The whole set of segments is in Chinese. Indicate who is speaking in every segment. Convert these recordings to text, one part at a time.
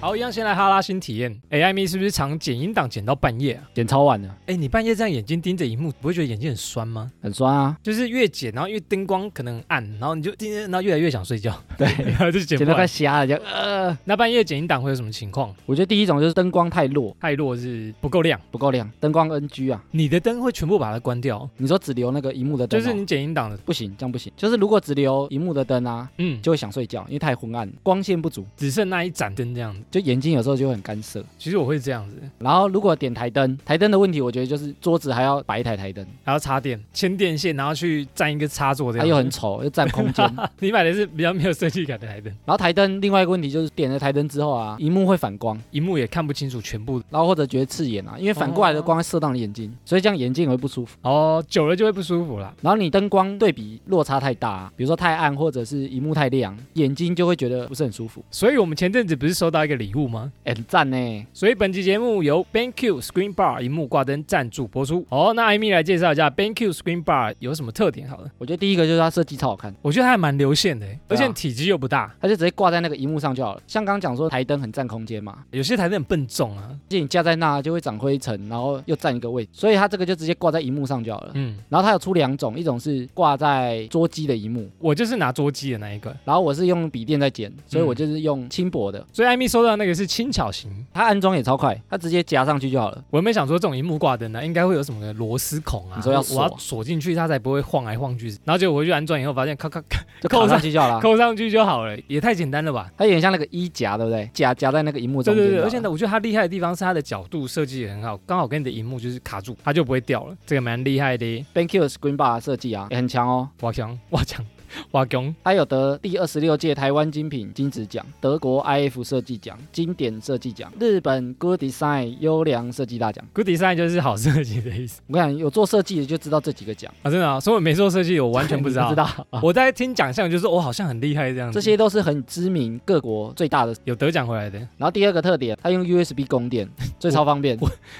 Speaker 1: 好，一样先来哈拉新体验。哎、艾米是不是常剪音档剪到半夜啊？
Speaker 2: 剪超晚了，
Speaker 1: 哎、你半夜这样眼睛盯着荧幕，不会觉得眼睛很酸吗？
Speaker 2: 很酸啊，
Speaker 1: 就是越剪，然后因为灯光可能很暗，然后你就盯着，然后越来越想睡觉，
Speaker 2: 对，
Speaker 1: 然 后就剪
Speaker 2: 剪
Speaker 1: 不
Speaker 2: 到快
Speaker 1: 完。
Speaker 2: 瞎了，就呃，
Speaker 1: 那半夜剪音档会有什么情况？
Speaker 2: 我觉得第一种就是灯光太弱，
Speaker 1: 太弱是不够亮，
Speaker 2: 不够亮，灯光 NG 啊，
Speaker 1: 你的灯会全部把它关掉，
Speaker 2: 你说只留那个荧幕的灯
Speaker 1: 就
Speaker 2: 哦、
Speaker 1: 是你剪音档的，
Speaker 2: 不行，这样不行，就是如果只留荧幕的灯啊，
Speaker 1: 嗯，就
Speaker 2: 就会想睡觉，因为太昏暗，光线不足，
Speaker 1: 只剩那一盏灯这样子。
Speaker 2: 就眼睛有时候就会很干涩。
Speaker 1: 其实我会这样子，
Speaker 2: 然后如果点台灯，台灯的问题，我觉得就是桌子还要摆一台台灯，
Speaker 1: 还要插电，牵电线，然后去占一个插座这
Speaker 2: 它
Speaker 1: 样。
Speaker 2: 又很丑，又 占空间。
Speaker 1: 你买的是比较没有设计感的台灯，
Speaker 2: 然后台灯另外一个问题就是点了台灯之后啊，荧幕会反光，
Speaker 1: 荧幕也看不清楚全部。
Speaker 2: 然后或者觉得刺眼啊，因为反过来的光会射到你眼睛，所以这样眼睛也会不舒服。
Speaker 1: 哦，久了就会不舒服啦。
Speaker 2: 然后你灯光对比落差太大、啊，比如说太暗或者是荧幕太亮，眼睛就会觉得不是很舒服。
Speaker 1: 所以我们前阵子不是收到一个礼物吗？
Speaker 2: 哎，很赞呢，
Speaker 1: 所以本期节目由 BenQ Screen Bar 荧幕挂灯赞助播出。哦，那艾米来介绍一下 BenQ Screen Bar 有什么特点好了。
Speaker 2: 我觉得第一个就是它设计超好看，
Speaker 1: 我觉得它还蛮流线的欸，而
Speaker 2: 对啊
Speaker 1: 且体积又不大。
Speaker 2: 它就直接挂在那个荧幕上就好了。像刚刚讲说台灯很占空间嘛，
Speaker 1: 有些台灯很笨重啊，
Speaker 2: 就你架在那就会长灰尘，然后又占一个位置，所以它这个就直接挂在荧幕上就好了。
Speaker 1: 嗯，
Speaker 2: 然后它有出两种，一种是挂在桌机的荧幕，
Speaker 1: 我就是拿桌机的那一个，
Speaker 2: 然后我是用笔电在剪，所以我就是用轻薄的。
Speaker 1: 所以艾米收到那个是轻巧型。
Speaker 2: 它安装也超快，它直接夹上去就好了。
Speaker 1: 我原本想说这种荧幕挂灯呢，啊应该会有什么个螺丝孔啊，
Speaker 2: 你说要锁
Speaker 1: 我要锁进去，它才不会晃来晃去。然后结果回去安装以后，发现咔咔咔
Speaker 2: 就
Speaker 1: 扣
Speaker 2: 扣上
Speaker 1: 上
Speaker 2: 去就好了。
Speaker 1: 扣上去就好了，也太简单了吧？
Speaker 2: 它有点像那个衣夹，对不对？夹夹在那个荧幕
Speaker 1: 对
Speaker 2: 中间
Speaker 1: 对
Speaker 2: 就好
Speaker 1: 对，
Speaker 2: 了。
Speaker 1: 而且呢，我觉得它厉害的地方是它的角度设计也很好，刚好跟你的荧幕就是卡住，它就不会掉了，这个蛮厉害的。
Speaker 2: BenQ 的 Screen Bar 设计啊也很强哦，
Speaker 1: 哇强哇强哇强，
Speaker 2: 它有得第二十六届台湾精品金质奖、德国 IF 设计奖、经典设计奖、日本 Good Design 优良设计大奖。
Speaker 1: good design 就是好设计的意 思
Speaker 2: 我跟你讲，有做设计的就知道这几个奖，
Speaker 1: 啊，真的啊，所以我没做设计，我完全不知道。嗯
Speaker 2: 你不知道、啊
Speaker 1: 我在听奖项，就是我好像很厉害这样子。
Speaker 2: 这些都是很知名各国最大的。
Speaker 1: 有得奖回来的，
Speaker 2: 然后第二个特点，它用 USB 供 电，最超方便。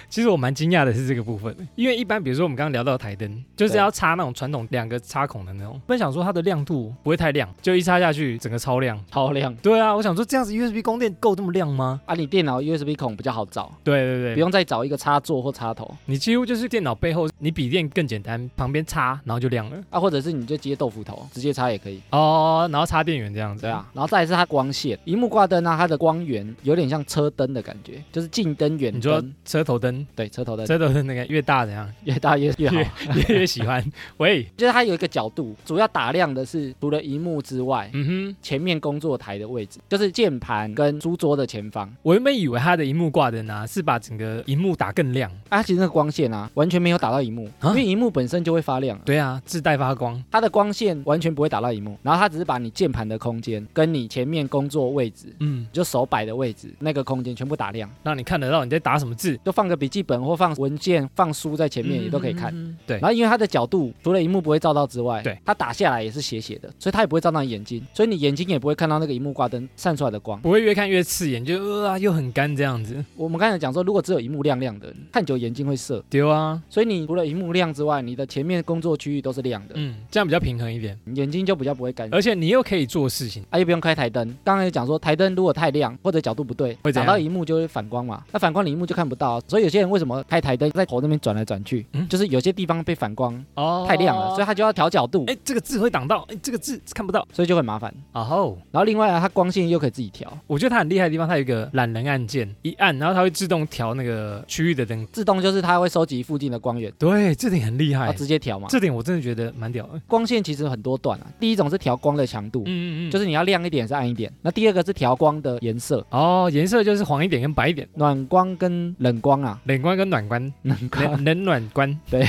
Speaker 1: 其实我蛮惊讶的是这个部分，因为一般比如说我们刚刚聊到台灯，就是
Speaker 2: 对
Speaker 1: 要插那种传统两个插孔的那种，本想说它的亮度不会太亮，就一插下去整个超亮。
Speaker 2: 超亮
Speaker 1: 对啊，我想说这样子 USB 供电够这么亮吗？
Speaker 2: 啊！你电脑 USB 孔比较好找，
Speaker 1: 对对
Speaker 2: 不
Speaker 1: 对，
Speaker 2: 用再找一个插座或插头
Speaker 1: 你几乎就是电脑背后，你笔电更简单，旁边插然后就亮了
Speaker 2: 啊，或者是你就接豆腐头直接插也可以。
Speaker 1: 哦，然后插电源这样子。
Speaker 2: 对啊，然后再来是它光线，荧幕挂灯啊，它的光源有点像车灯的感觉，就是近灯、远
Speaker 1: 你说
Speaker 2: 灯，
Speaker 1: 车头灯，
Speaker 2: 对，车头灯
Speaker 1: 车头灯那个越大怎样
Speaker 2: 越大越越好。
Speaker 1: 越越喜欢？喂，
Speaker 2: 就是它有一个角度，主要打量的是除了荧幕之外，
Speaker 1: 嗯哼，
Speaker 2: 前面工作台的位置，就是键盘跟书桌的前方。
Speaker 1: 我原本以为它的荧幕挂灯啊是把整个荧幕打更亮，
Speaker 2: 啊，其实那个光线啊，完全没有打到荧幕，
Speaker 1: 啊
Speaker 2: 因为荧幕本身就会发亮啊，
Speaker 1: 对啊，自带发光。
Speaker 2: 它的光线完全不会打到荧幕，然后它只是把你键盘的空间跟你前面工作位置。
Speaker 1: 嗯，
Speaker 2: 就手摆的位置，那个空间全部打亮，
Speaker 1: 让你看得到你在打什么字，
Speaker 2: 就放个笔记本或放文件、放书在前面，也都可以看。
Speaker 1: 嗯。嗯嗯嗯对
Speaker 2: 然，后因为它的角度除了荧幕不会照到之外，
Speaker 1: 对，
Speaker 2: 它打下来也是斜斜的，所以它也不会照到你眼睛，所以你眼睛也不会看到那个荧幕挂灯散出来的光。
Speaker 1: 不会越看越刺眼，就呃啊又很干这样子。
Speaker 2: 我们刚才讲说，如果只有荧幕亮亮的，看久眼睛会涩，
Speaker 1: 丢啊，
Speaker 2: 所以你除了荧幕亮之外，你的前面工作区域都是亮的，
Speaker 1: 嗯，这样比较平衡一点，
Speaker 2: 你眼睛就比较不会干。
Speaker 1: 而且你又可以做事情。
Speaker 2: 啊，又不用开台灯。刚才也讲说，台灯如果太亮或者角度不对
Speaker 1: 会，怎样
Speaker 2: 打到荧幕就会反光嘛。那反光你荧幕就看不到啊、所以有些人为什么开台灯在头那边转来转去，
Speaker 1: 嗯
Speaker 2: 就是有些地方被反光
Speaker 1: 哦
Speaker 2: 太亮了，所以他就要调角度，
Speaker 1: 哎，这个字会挡到，哎，这个字看不到。
Speaker 2: 所以就很麻烦。
Speaker 1: 哦吼，
Speaker 2: 然后另外啊，它光线又可以自己调，
Speaker 1: 我觉得它很厉害的地方，它有一个懒人按键，一按然后它会自动调那个区域的灯。
Speaker 2: 自动就是它会收集附近的光源，
Speaker 1: 对，啊这点很厉
Speaker 2: 它
Speaker 1: 害，
Speaker 2: 直接调嘛。
Speaker 1: 这点我真的觉得蛮屌的。
Speaker 2: 光线其实很多段啊，第一种是调光的强度，
Speaker 1: 嗯嗯嗯，
Speaker 2: 就是是你要亮一点还是暗一点。那第二个是调光的颜色，
Speaker 1: 哦，颜色就是黄一点跟白一点，
Speaker 2: 暖光跟冷光啊，
Speaker 1: 冷光跟暖光，
Speaker 2: 冷光，
Speaker 1: 冷冷暖 光，
Speaker 2: 对，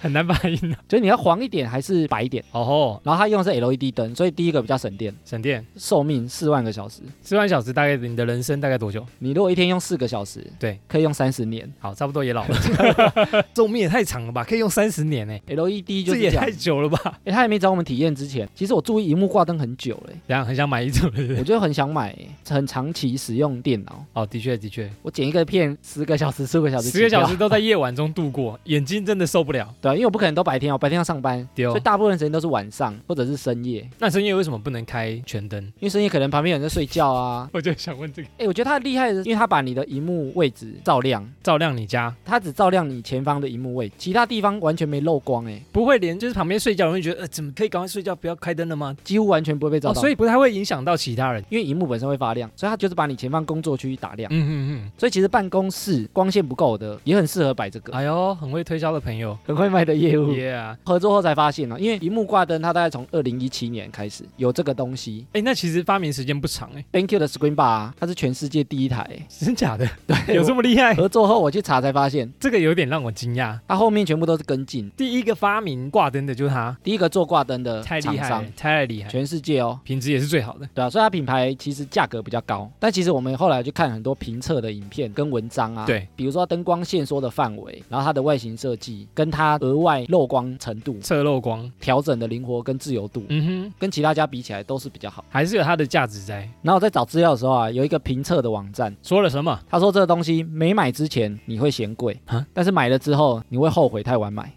Speaker 1: 很难发音啊。
Speaker 2: 就是你要黄一点还是白一点。
Speaker 1: 哦吼，
Speaker 2: 然后它用的是 LED 灯，所以第一个比较省电，
Speaker 1: 省电。
Speaker 2: 寿命四万个小时。
Speaker 1: 四万小时大概你的人生大概多久？
Speaker 2: 你如果一天用四个小时，
Speaker 1: 对，
Speaker 2: 可以用三十年。
Speaker 1: 好，差不多也老了， 寿命也太长了吧，可以用三十年呢、欸
Speaker 2: LED E 就
Speaker 1: 这
Speaker 2: 是
Speaker 1: 也
Speaker 2: 这样哎
Speaker 1: 太。久了吧？
Speaker 2: 诶他还没找我们体验之前，其实我注意荧幕挂灯很久了、
Speaker 1: 然后很想买一种，对不对
Speaker 2: 我就很想买、很长期使用电脑。
Speaker 1: 哦，的确的确，
Speaker 2: 我剪一个片十个小时、十五个小时起
Speaker 1: 十
Speaker 2: 跳，
Speaker 1: 个小时都在夜晚中度过，眼睛真的受不了。
Speaker 2: 对啊，因为我不可能都白天哦，白天要上班，
Speaker 1: 丢
Speaker 2: 所以大部分时间都是晚上
Speaker 1: 嗯，
Speaker 2: 或者是深夜，
Speaker 1: 那深夜为什么不能开全灯？
Speaker 2: 因为深夜可能旁边有人在睡觉啊。
Speaker 1: 我就想问这个，
Speaker 2: 哎，我觉得它厉害的是，因为它把你的荧幕位置照亮，
Speaker 1: 照亮你家
Speaker 2: 它只照亮你前方的荧幕位，其他地方完全没漏光，哎，
Speaker 1: 不会连就是旁边睡觉的人会觉得，呃，怎么可以赶快睡觉，不要开灯了吗？
Speaker 2: 几乎完全不会被照
Speaker 1: 哦，
Speaker 2: 到。
Speaker 1: 所以不太会影响到其他人。
Speaker 2: 因为荧幕本身会发亮，所以它就是把你前方工作区打亮。
Speaker 1: 嗯嗯
Speaker 2: 所以其实办公室光线不够的，也很适合摆这
Speaker 1: 嗯，
Speaker 2: 个，
Speaker 1: 哎呦，很会推销的朋友
Speaker 2: 很会卖的业
Speaker 1: 哦
Speaker 2: 务。
Speaker 1: ，Yeah。
Speaker 2: 合作后才发现呢、哦因为荧幕挂灯，它大概从二零一七年开始有这个东西。
Speaker 1: 哎，那其实发明时间不长哎，
Speaker 2: BenQ 的 Screen Bar，、啊、它是全世界第一台。
Speaker 1: 真假 的？对，有这么厉害？
Speaker 2: 合作后我去查才发现，
Speaker 1: 哎这个有点让我惊讶。
Speaker 2: 它后面全部都是跟进。
Speaker 1: 第一个发明挂灯的就是他，
Speaker 2: 第一个做挂灯的
Speaker 1: 太
Speaker 2: 厂
Speaker 1: 厉害
Speaker 2: 商
Speaker 1: 了，，太厉害了，
Speaker 2: 全世界哦，
Speaker 1: 品质也是最好的。
Speaker 2: 对啊，所以它品牌其实价格比较高。但其实我们后来去看很多评测的影片跟文章啊，
Speaker 1: 对，
Speaker 2: 比如说灯光线缩的范围，然后它的外形设计，跟它额外漏光程度
Speaker 1: 侧漏光，
Speaker 2: 调整的灵活跟自由度，
Speaker 1: 嗯哼，
Speaker 2: 跟其他家比起来都是比较好。
Speaker 1: 还是有它的价值在。
Speaker 2: 然后我在找资料的时候啊，有一个评测的网站，
Speaker 1: 说了什么？
Speaker 2: 他说这个东西没买之前你会嫌贵
Speaker 1: 啊，
Speaker 2: 但是买了之后你会后悔太晚买。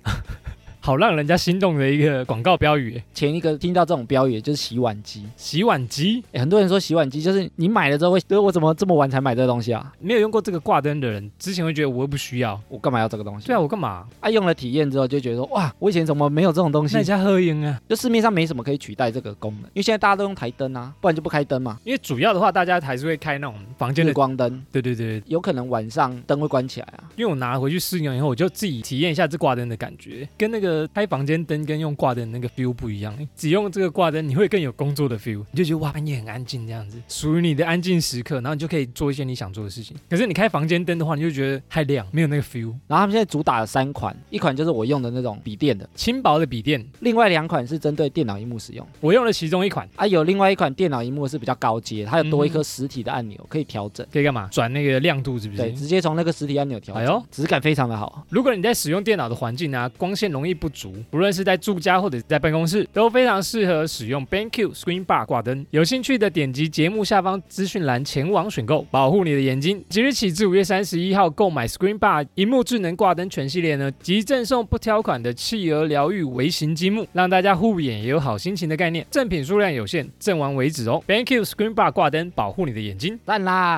Speaker 1: 好让人家心动的一个广告标语，
Speaker 2: 前一个听到这种标语就是洗碗机，
Speaker 1: 洗碗机
Speaker 2: 欸诶很多人说洗碗机就是你买了之后会，就是我怎么这么晚才买这个东西啊？
Speaker 1: 没有用过这个挂灯的人，之前会觉得我又不需要。
Speaker 2: 我干嘛要这个东西？
Speaker 1: 对啊，我干嘛？
Speaker 2: 啊，用了体验之后就觉得说，哇，我以前怎么没有这种东西
Speaker 1: 那？家喝烟啊？
Speaker 2: 就市面上没什么可以取代这个功能，因为现在大家都用台灯啊，不然就不开灯嘛，
Speaker 1: 因为主要的话，大家还是会开那种房间
Speaker 2: 日
Speaker 1: 的。
Speaker 2: 光灯。
Speaker 1: 对对对，对
Speaker 2: 有可能晚上灯会关起来啊，
Speaker 1: 因为我拿回去试用以后，我就自己体验一下这挂灯的感觉，跟那个开房间灯跟用挂灯那个 feel 不一样。只用这个挂灯，你会更有工作的 feel，你就觉得哇，半夜很安静这样子，属于你的安静时刻，然后你就可以做一些你想做的事情。可是你开房间灯的话，你就觉得太亮，没有那个 feel。
Speaker 2: 然后他们现在主打了三款，一款就是我用的那种笔电的，
Speaker 1: 轻薄的笔电，
Speaker 2: 另外两款是针对电脑荧幕使用。
Speaker 1: 我用了其中一款，
Speaker 2: 啊，有另外一款电脑荧幕是比较高阶，它有多一
Speaker 1: 嗯
Speaker 2: 颗实体的按钮可以调整，
Speaker 1: 可以干嘛？转那个亮度是不
Speaker 2: 对，
Speaker 1: 是？
Speaker 2: 直接从那个实体按钮调
Speaker 1: 哎
Speaker 2: 整，
Speaker 1: 呦，
Speaker 2: 质感非常的好。
Speaker 1: 如果你在使用电脑的环境啊，光线容易不足，不论是在住家或者在办公室，都非常适合使用 BenQ Screen Bar 挂灯。有兴趣的点击节目下方资讯栏前往选购，保护你的眼睛。即日起至五月三十一号购买 Screen Bar 荧幕智能挂灯全系列呢，即赠送不挑款的企鹅疗愈微型积木，让大家护眼也有好心情的概念。赠品数量有限，赠完为止哦。BenQ Screen Bar 挂灯，保护你的眼睛。
Speaker 2: 赞啦！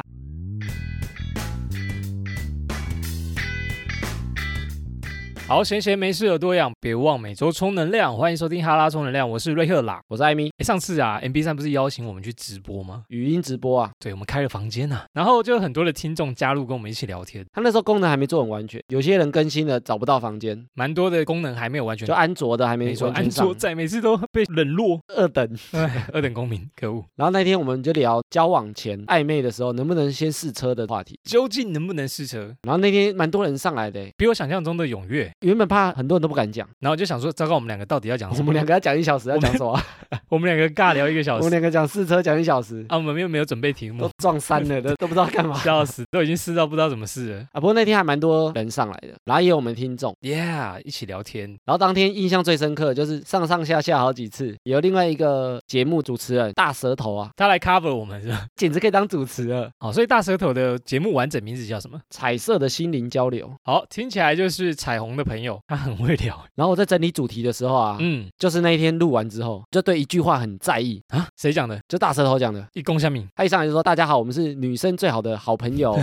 Speaker 1: 好，闲闲没事有多样，别忘每周充能量。欢迎收听哈拉充能量，我是瑞克啦。
Speaker 2: 我是艾米，
Speaker 1: 诶上次啊，MB 三不是邀请我们去直播吗？
Speaker 2: 语音直播啊，
Speaker 1: 对，我们开了房间呐、然后就有很多的听众加入跟我们一起聊天，
Speaker 2: 它那时候功能还没做很完全，有些人更新了找不到房间，
Speaker 1: 蛮多的功能还没有完全
Speaker 2: 就。安卓的还没
Speaker 1: 没错，
Speaker 2: 完
Speaker 1: 安
Speaker 2: 全上
Speaker 1: 卓，仔每次都被冷落，
Speaker 2: 二等。
Speaker 1: 哎二等公民，可恶！
Speaker 2: 然后那天我们就聊交往前暧昧的时候能不能先试车的话题，
Speaker 1: 究竟能不能试车？
Speaker 2: 然后那天蛮多人上来的欸，
Speaker 1: 比我想象中的踊跃。
Speaker 2: 原本怕很多人都不敢讲，
Speaker 1: 然后我就想说，糟糕，我们两个到底要讲
Speaker 2: 我
Speaker 1: 什么
Speaker 2: 们？两个要讲一小时，要讲什么啊？
Speaker 1: 哦我们两个尬聊一个
Speaker 2: 我
Speaker 1: 小
Speaker 2: 们
Speaker 1: 时
Speaker 2: 两个讲试车讲一小时，
Speaker 1: 啊，我们又没有准备题
Speaker 2: 都
Speaker 1: 目，
Speaker 2: 撞衫了，都都不知道干嘛。
Speaker 1: 笑死，都已经试到不知道怎么试了。
Speaker 2: 啊，不过那天还蛮多人上来的，然后也有我们听众，
Speaker 1: Yeah，一起聊天，
Speaker 2: 然后当天印象最深刻的就是上上下下好几次，有另外一个节目主持人大舌头啊，
Speaker 1: 他来 cover 我们是吧？
Speaker 2: 简直可以当主持了，
Speaker 1: 好，所以大舌头的节目完整名字叫什么？
Speaker 2: 彩色的心灵交流。
Speaker 1: 好，听起来就是彩虹的朋友，他很会聊。
Speaker 2: 然后我在整理主题的时候啊，
Speaker 1: 嗯
Speaker 2: 就是那一天录完之后，就对一句话很在意，
Speaker 1: 啊，谁讲的？
Speaker 2: 就大舌头讲的，
Speaker 1: 一公下命，
Speaker 2: 他一上来就说：“大家好，我们是女生最好的好朋友。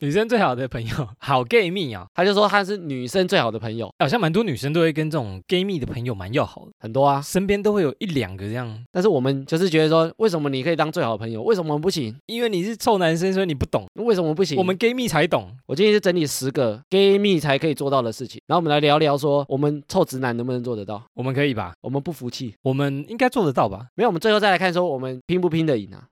Speaker 1: 女生最好的朋友， 好 gay 蜜啊，”
Speaker 2: 他就说他是女生最好的朋友，
Speaker 1: 好像蛮多女生都会跟这种 gay 蜜的朋友蛮要好的，
Speaker 2: 很多啊。
Speaker 1: 身边都会有一两个这样。
Speaker 2: 但是我们就是觉得说，为什么你可以当最好的朋友，为什么我们不行？
Speaker 1: 因为你是臭男生，所以你不懂，
Speaker 2: 为什么不行？
Speaker 1: 我们 gay 蜜才懂。
Speaker 2: 我今天是整理十个 gay 蜜才可以做到的事情，然后我们来聊聊说，我们臭直男能不能做得到？
Speaker 1: 我们可以吧？
Speaker 2: 我们不服气，
Speaker 1: 我们应该做得到吧？
Speaker 2: 没有，我们最后再来看说我们拼不拼得赢啊？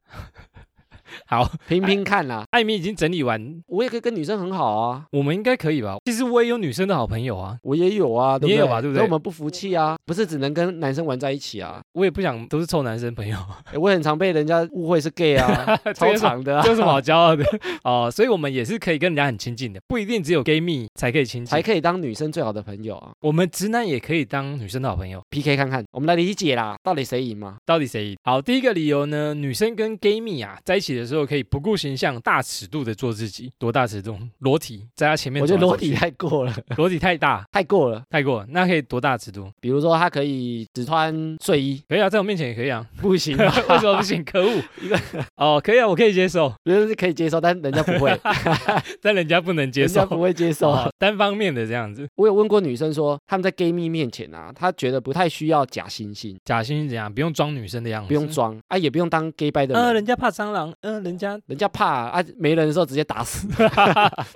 Speaker 1: 好，
Speaker 2: 拼拼看啦、
Speaker 1: 艾米已经整理完，
Speaker 2: 我也可以跟女生很好啊，
Speaker 1: 我们应该可以吧？其实我也有女生的好朋友啊，
Speaker 2: 我也有啊，对不
Speaker 1: 你
Speaker 2: 对
Speaker 1: 也有吧对不对
Speaker 2: 所以我们不服气啊，不是只能跟男生玩在一起啊，
Speaker 1: 我也不想都是臭男生朋 友，，
Speaker 2: 诶我也很常被人家误会是 gay 啊 超长的、啊
Speaker 1: 这。有什么好骄傲的 哦？所以我们也是可以跟人家很亲近的，不一定只有 gay 蜜才可以亲
Speaker 2: 才
Speaker 1: 近，
Speaker 2: 可以当女生最好的朋友啊
Speaker 1: 我们直男也可以当女生的好朋友。
Speaker 2: ！PK 看看，我们来理解啦，到底谁赢嘛？
Speaker 1: 到底谁赢？好，第一个理由呢，女生跟 gay 蜜啊在一起体的时候，可以不顾形象、大尺度的做自己。多大尺度？裸体在他前面
Speaker 2: 我
Speaker 1: 走
Speaker 2: 觉
Speaker 1: 来
Speaker 2: 得
Speaker 1: 走去，
Speaker 2: 裸体太过了，
Speaker 1: 裸体太大
Speaker 2: 太过了。
Speaker 1: 太过了，那可以多大尺度？
Speaker 2: 比如说，他可以只穿 睡衣，
Speaker 1: 可以啊，在我面前也可以啊，
Speaker 2: 不行吧，
Speaker 1: 为什么不行？可 恶！哦，可以啊，我可以接受，
Speaker 2: 就是可以接受，但人家不会，
Speaker 1: 但人家不能接
Speaker 2: 人
Speaker 1: 受
Speaker 2: 家，不会接受。啊
Speaker 1: 哦单方面的这样子。
Speaker 2: 我有问过女生说，她们在 gay 蜜面前啊，她觉得不太需要假惺惺，
Speaker 1: 假惺惺怎样？不用装女生的样子，
Speaker 2: 不用。装啊，也不用当 gay 掰的
Speaker 1: 呃，
Speaker 2: 人，
Speaker 1: 人家怕蟑螂，呃，人家
Speaker 2: 人家怕啊，啊没人的时候直接 打死。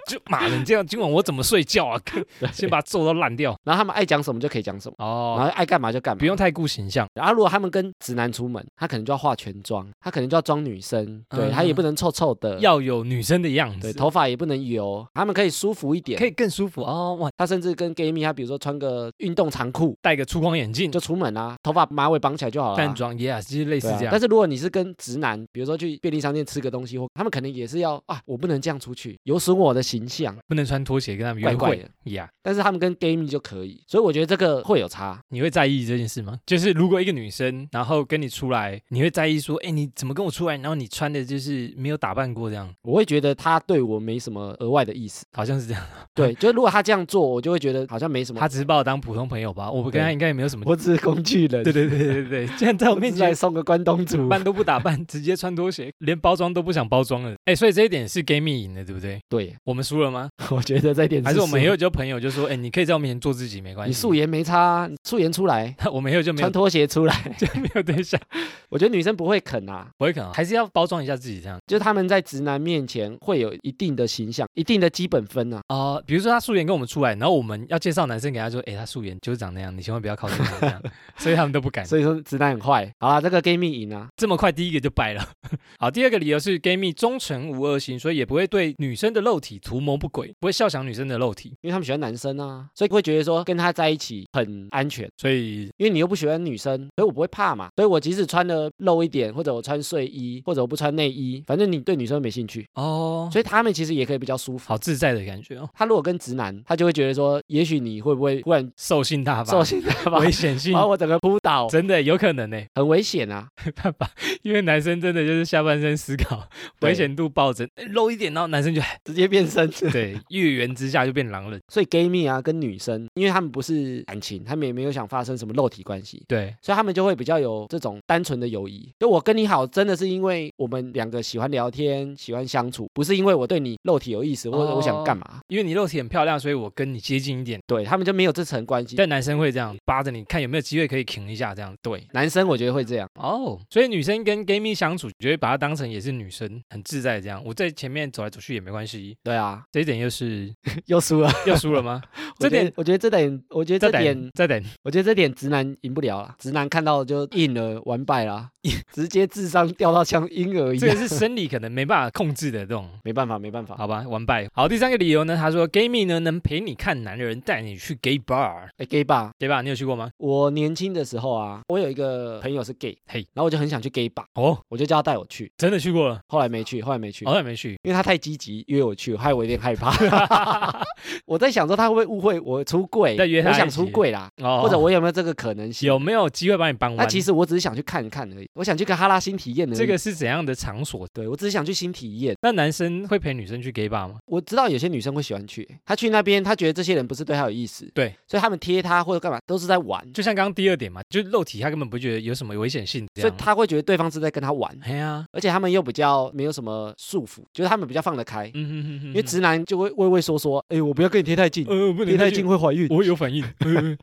Speaker 1: 就妈的，你这样今晚我怎么睡觉啊？ 先把它揍到烂掉
Speaker 2: 然后他们爱讲什么就可以讲什么，然
Speaker 1: 哦，
Speaker 2: 后爱干嘛就干嘛，
Speaker 1: 不用。太顾形象。
Speaker 2: 然后如果他们跟直男出门，他可能就要化全妆，他可能就要装女生，对
Speaker 1: 嗯
Speaker 2: 他也不能臭臭的，
Speaker 1: 要有女生的样
Speaker 2: 对
Speaker 1: 子，
Speaker 2: 头发也不能油，他们可以舒服一点
Speaker 1: 可。以更舒服哦。哇，
Speaker 2: 他甚至跟 gay 蜜，他比如说穿个运动长裤
Speaker 1: 戴个粗框眼镜，
Speaker 2: 就出门啦、头发马尾绑起来就好了、
Speaker 1: 淡妆，yes，就是类似
Speaker 2: 啊对啊
Speaker 1: 这样。
Speaker 2: 但是如果你是跟直男，比如说去便利商店吃个东西，或他们可能也是要啊，我不能这样出去，有损我的形象，
Speaker 1: 不能穿拖鞋跟他们约
Speaker 2: 怪怪
Speaker 1: 会
Speaker 2: 的。
Speaker 1: 呀
Speaker 2: 但是他们跟 gay 蜜就可以，所以我觉得这个会有差。
Speaker 1: 你会在意这件事吗？就是如果一个女生然后跟你出来，你会在意说，哎，你怎么跟我出来？然后你穿的就是没有打扮过这样，
Speaker 2: 我会觉得他对我没什么额外的意思，
Speaker 1: 好像是这样。
Speaker 2: 对，就如果他这样做，我就会觉得好像没什么
Speaker 1: 她，只是把我当普通朋友吧，我跟
Speaker 2: 嗯对
Speaker 1: 她应该也没有什 么。
Speaker 2: 我只是工具人，
Speaker 1: 对对对对对，对竟然在我
Speaker 2: 我
Speaker 1: 面
Speaker 2: 只是来
Speaker 1: 前
Speaker 2: 送个关东煮，
Speaker 1: 扮都不打扮， 直接穿拖鞋，连包装都不想包装了。哎，所以这一点是 gay 蜜赢的，对不对？
Speaker 2: 对，
Speaker 1: 我们输了吗？
Speaker 2: 我觉得这一点
Speaker 1: 还是我们以
Speaker 2: 有
Speaker 1: 后就朋友就说，哎，你可以在我面前做自己，没关系。
Speaker 2: 你素颜没差啊，你素颜出来。
Speaker 1: 我们以后就没有
Speaker 2: 穿拖鞋出来，
Speaker 1: 就没有对象，
Speaker 2: 我觉得女生不会啃啊，
Speaker 1: 不会可能，还是要包装一下自己这样。
Speaker 2: 就是他们在直男面前会有一定的形象、一定的基本分啊。
Speaker 1: 哦、比如说他素颜跟我们出来，然后我们要介绍男生给他说，哎、他素颜就是长那样，你千万不要靠近他这 样，所以他们都不敢。
Speaker 2: 所以说直男很坏。好啦，这个 gay 蜜赢啊，
Speaker 1: 这么快第一个就败了。 好，第二个理由是 gay 蜜忠诚无恶心，所以也不会对女生的肉体图谋不轨，不会笑想女生的肉体，
Speaker 2: 因为他们喜欢男生啊，所以会觉得说跟他在一起很安全，
Speaker 1: 所以
Speaker 2: 因为你又不喜欢女生，所以我不会怕嘛。所以我即使穿的露一点，或者我穿睡衣，或者我不穿内衣，反正你对女生没兴趣，
Speaker 1: 哦，
Speaker 2: 所以他们其实也可以比较舒服。
Speaker 1: 好自在的感觉哦，
Speaker 2: 他如果跟直男，他就会觉得说，也许你会不会忽然
Speaker 1: 兽性大发，
Speaker 2: 受性大发，
Speaker 1: 危险性
Speaker 2: 把我整个扑倒，
Speaker 1: 真的有可能呢，
Speaker 2: 很危险啊。
Speaker 1: 没办法，因为男生真的就是下半身思考，
Speaker 2: 对
Speaker 1: 危险度暴增，哎露一点，然后男生就
Speaker 2: 直接变身。
Speaker 1: 对月圆之下就变狼人，
Speaker 2: 所以 gay 蜜啊，跟女生，因为他们不是感情，他们也没有想发生什么肉体关系，
Speaker 1: 对，
Speaker 2: 所以他们就会比较有这种单纯的友谊。就我跟你好，真的是因为我们两个喜欢聊天，喜欢相处，不是因为我对你肉体有意思，或者我想干嘛。
Speaker 1: 因为你肉体很漂亮，所以我跟你接近一点。
Speaker 2: 对他们就没有这层关系。
Speaker 1: 但男生会这样扒着你看有没有机会可以挺一下这样。
Speaker 2: 对，男生我觉得会这样，
Speaker 1: 哦，所以女生跟 gay 蜜相处，就会把她当成也是女生，很自在这样。我在前面走来走去也没关系。
Speaker 2: 对啊，
Speaker 1: 这一点又是
Speaker 2: 又输了。
Speaker 1: 又输了吗？
Speaker 2: 我
Speaker 1: 这
Speaker 2: 觉
Speaker 1: 点
Speaker 2: 得，我 觉得这点，我觉得这点，
Speaker 1: 再等，
Speaker 2: 我觉得这点直男赢不了了。直男看到就硬了，完败啦，直接智商掉到像婴儿一
Speaker 1: 这个
Speaker 2: 样。
Speaker 1: 是生理可能没办法控制的这种。
Speaker 2: 没办法，没办法。
Speaker 1: 好吧，完败。好，第三个理由呢，他说 gay 蜜呢能陪你看男人，带你去 gay bar，
Speaker 2: 哎，gay 吧，
Speaker 1: 对吧？你有去过吗？
Speaker 2: 我年轻的时候啊，我有一个朋友是 gay，
Speaker 1: 嘿
Speaker 2: 然后我就很想去 gay 吧，
Speaker 1: 哦，
Speaker 2: 我就叫他带我去，
Speaker 1: 真的去过了，
Speaker 2: 后来没去，后来没去。
Speaker 1: 好像没去。
Speaker 2: 因为他太积极约我去，害我有点害 怕。我在想说他会不会误会我出柜，
Speaker 1: 再约他
Speaker 2: 我想
Speaker 1: 一起
Speaker 2: 出柜啦，
Speaker 1: 哦，
Speaker 2: 或者我有没有这个可能性？
Speaker 1: 有没有机会把你帮
Speaker 2: 那
Speaker 1: 完？
Speaker 2: 其实我只是想去看一看而已，我想去个哈拉新体验而已。
Speaker 1: 这个是怎样的场所？
Speaker 2: 对我只是想去新体验。
Speaker 1: 那男生会陪女生去 gay bar 吗？
Speaker 2: 我知道有些女生会喜欢去，她去那边，她觉得这些人不是对她有意思，
Speaker 1: 对，
Speaker 2: 所以他们贴她或者干嘛都是在玩，
Speaker 1: 就像刚刚第二点嘛，就是肉体他根本不觉得有什么危险性，这
Speaker 2: 所以
Speaker 1: 样。
Speaker 2: 她会觉得对方是在跟她玩，
Speaker 1: 哎呀，
Speaker 2: 而且他们又比较没有什么束缚，就是他们比较放得开。
Speaker 1: 嗯哼哼哼，因
Speaker 2: 因为直男就会畏畏缩缩，哎，我不要跟你贴太近，
Speaker 1: 呃不
Speaker 2: 贴
Speaker 1: 能
Speaker 2: 太近，会怀孕。
Speaker 1: 我会有反应。呃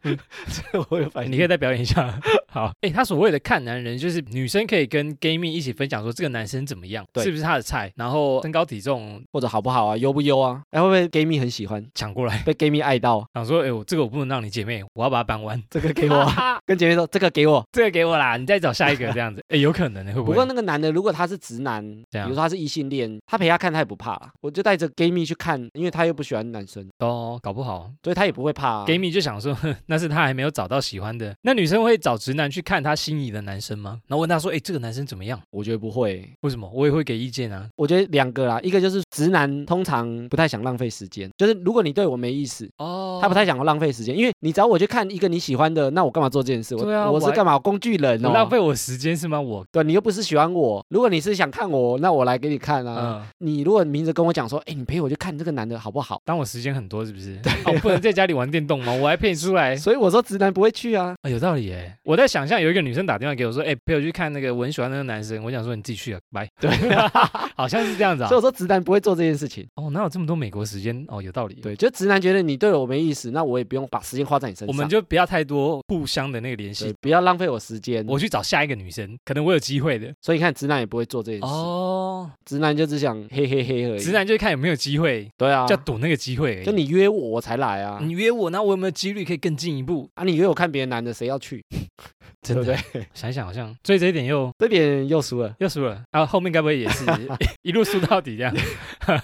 Speaker 1: 呃
Speaker 2: 我有反
Speaker 1: 呃
Speaker 2: 应。
Speaker 1: 你可以再表演一下。 好，哎，他所谓的看男人，就是女生可以跟 gay 蜜一起分享说这个男生怎么样，
Speaker 2: 对
Speaker 1: 是不是他的菜，然后身高体重
Speaker 2: 或者好不好啊，优不优啊？哎，会不会 gay 蜜很喜欢，
Speaker 1: 抢过来，
Speaker 2: 被 gay 蜜爱到？
Speaker 1: 想说，哎，我这个我不能让你姐妹，我要把它搬完，
Speaker 2: 这个给我，跟姐妹说这个给我。
Speaker 1: 这个给我啦，你再找下一个这样子。哎，有可能的，会不
Speaker 2: 不过
Speaker 1: 会？
Speaker 2: 那个男的，如果他是直男，比
Speaker 1: 这样
Speaker 2: 如说他是异性恋，他陪他看他也不怕啦。我就带着 gay 蜜去看，因为他又不喜欢男生，
Speaker 1: 哦，搞不好
Speaker 2: 所以他也不会怕、啊。
Speaker 1: gay 蜜 就想说，哼那是他还没有找到喜欢的。那女生会找直男去看他心仪的男生吗？那我问他说，哎、这个男生怎么样？
Speaker 2: 我觉得不会，
Speaker 1: 为什么？我也会给意见啊。
Speaker 2: 我觉得两个啦，一个就是直男通常不太想浪费时间，就是如果你对我没意思，
Speaker 1: 哦
Speaker 2: 他不太想要浪费时间，因为你找我去看一个你喜欢的，那我干嘛做这件事？我
Speaker 1: 对啊
Speaker 2: 我
Speaker 1: 我
Speaker 2: 是
Speaker 1: 还
Speaker 2: 干嘛工具人哦？
Speaker 1: 你浪费我时间是吗？我，
Speaker 2: 对你又不是喜欢我，如果你是想看我，那我来给你看啊。
Speaker 1: 嗯，
Speaker 2: 你如果明着跟我讲说，哎，你陪我去看这个男的好不好？
Speaker 1: 当我时间很多是不是？哦，不能在家里玩电动吗？我还陪你出 来，
Speaker 2: 所以我说直男不会去啊。
Speaker 1: 啊有道理耶。我在想象有一个女生打电话给我说，哎、陪我去看那个我很喜欢那个男生，我想说你自己去啊， 拜。 对，好像是这样子啊
Speaker 2: 所以。我说直男不会做这件事情。
Speaker 1: 哦，哪有这么多美国时间？哦，有道理。
Speaker 2: 对，就直男觉得你对我没意思，那我也不用把时间花在你身上。
Speaker 1: 我们就不要太多互相的那个联
Speaker 2: 对
Speaker 1: 系。
Speaker 2: 不要浪费我时间。
Speaker 1: 我去找下一个女生，可能我有机会的。
Speaker 2: 所以你看，直男也不会做这件事。
Speaker 1: 哦，
Speaker 2: 直男就只想嘿嘿嘿而已。
Speaker 1: 直男就是看有没有机会，
Speaker 2: 对啊，
Speaker 1: 就嗯
Speaker 2: 就
Speaker 1: 要赌那个机会而已。
Speaker 2: 你约我我才来啊。
Speaker 1: 你约我，那我有没有几率可以更进一步？
Speaker 2: 啊，你约我看别的男的，谁要去？
Speaker 1: 真的，
Speaker 2: 对
Speaker 1: 想一想好像，所以这一点又
Speaker 2: 这点又输了。
Speaker 1: 又输了啊！后面该不会也 是一路输到底这样？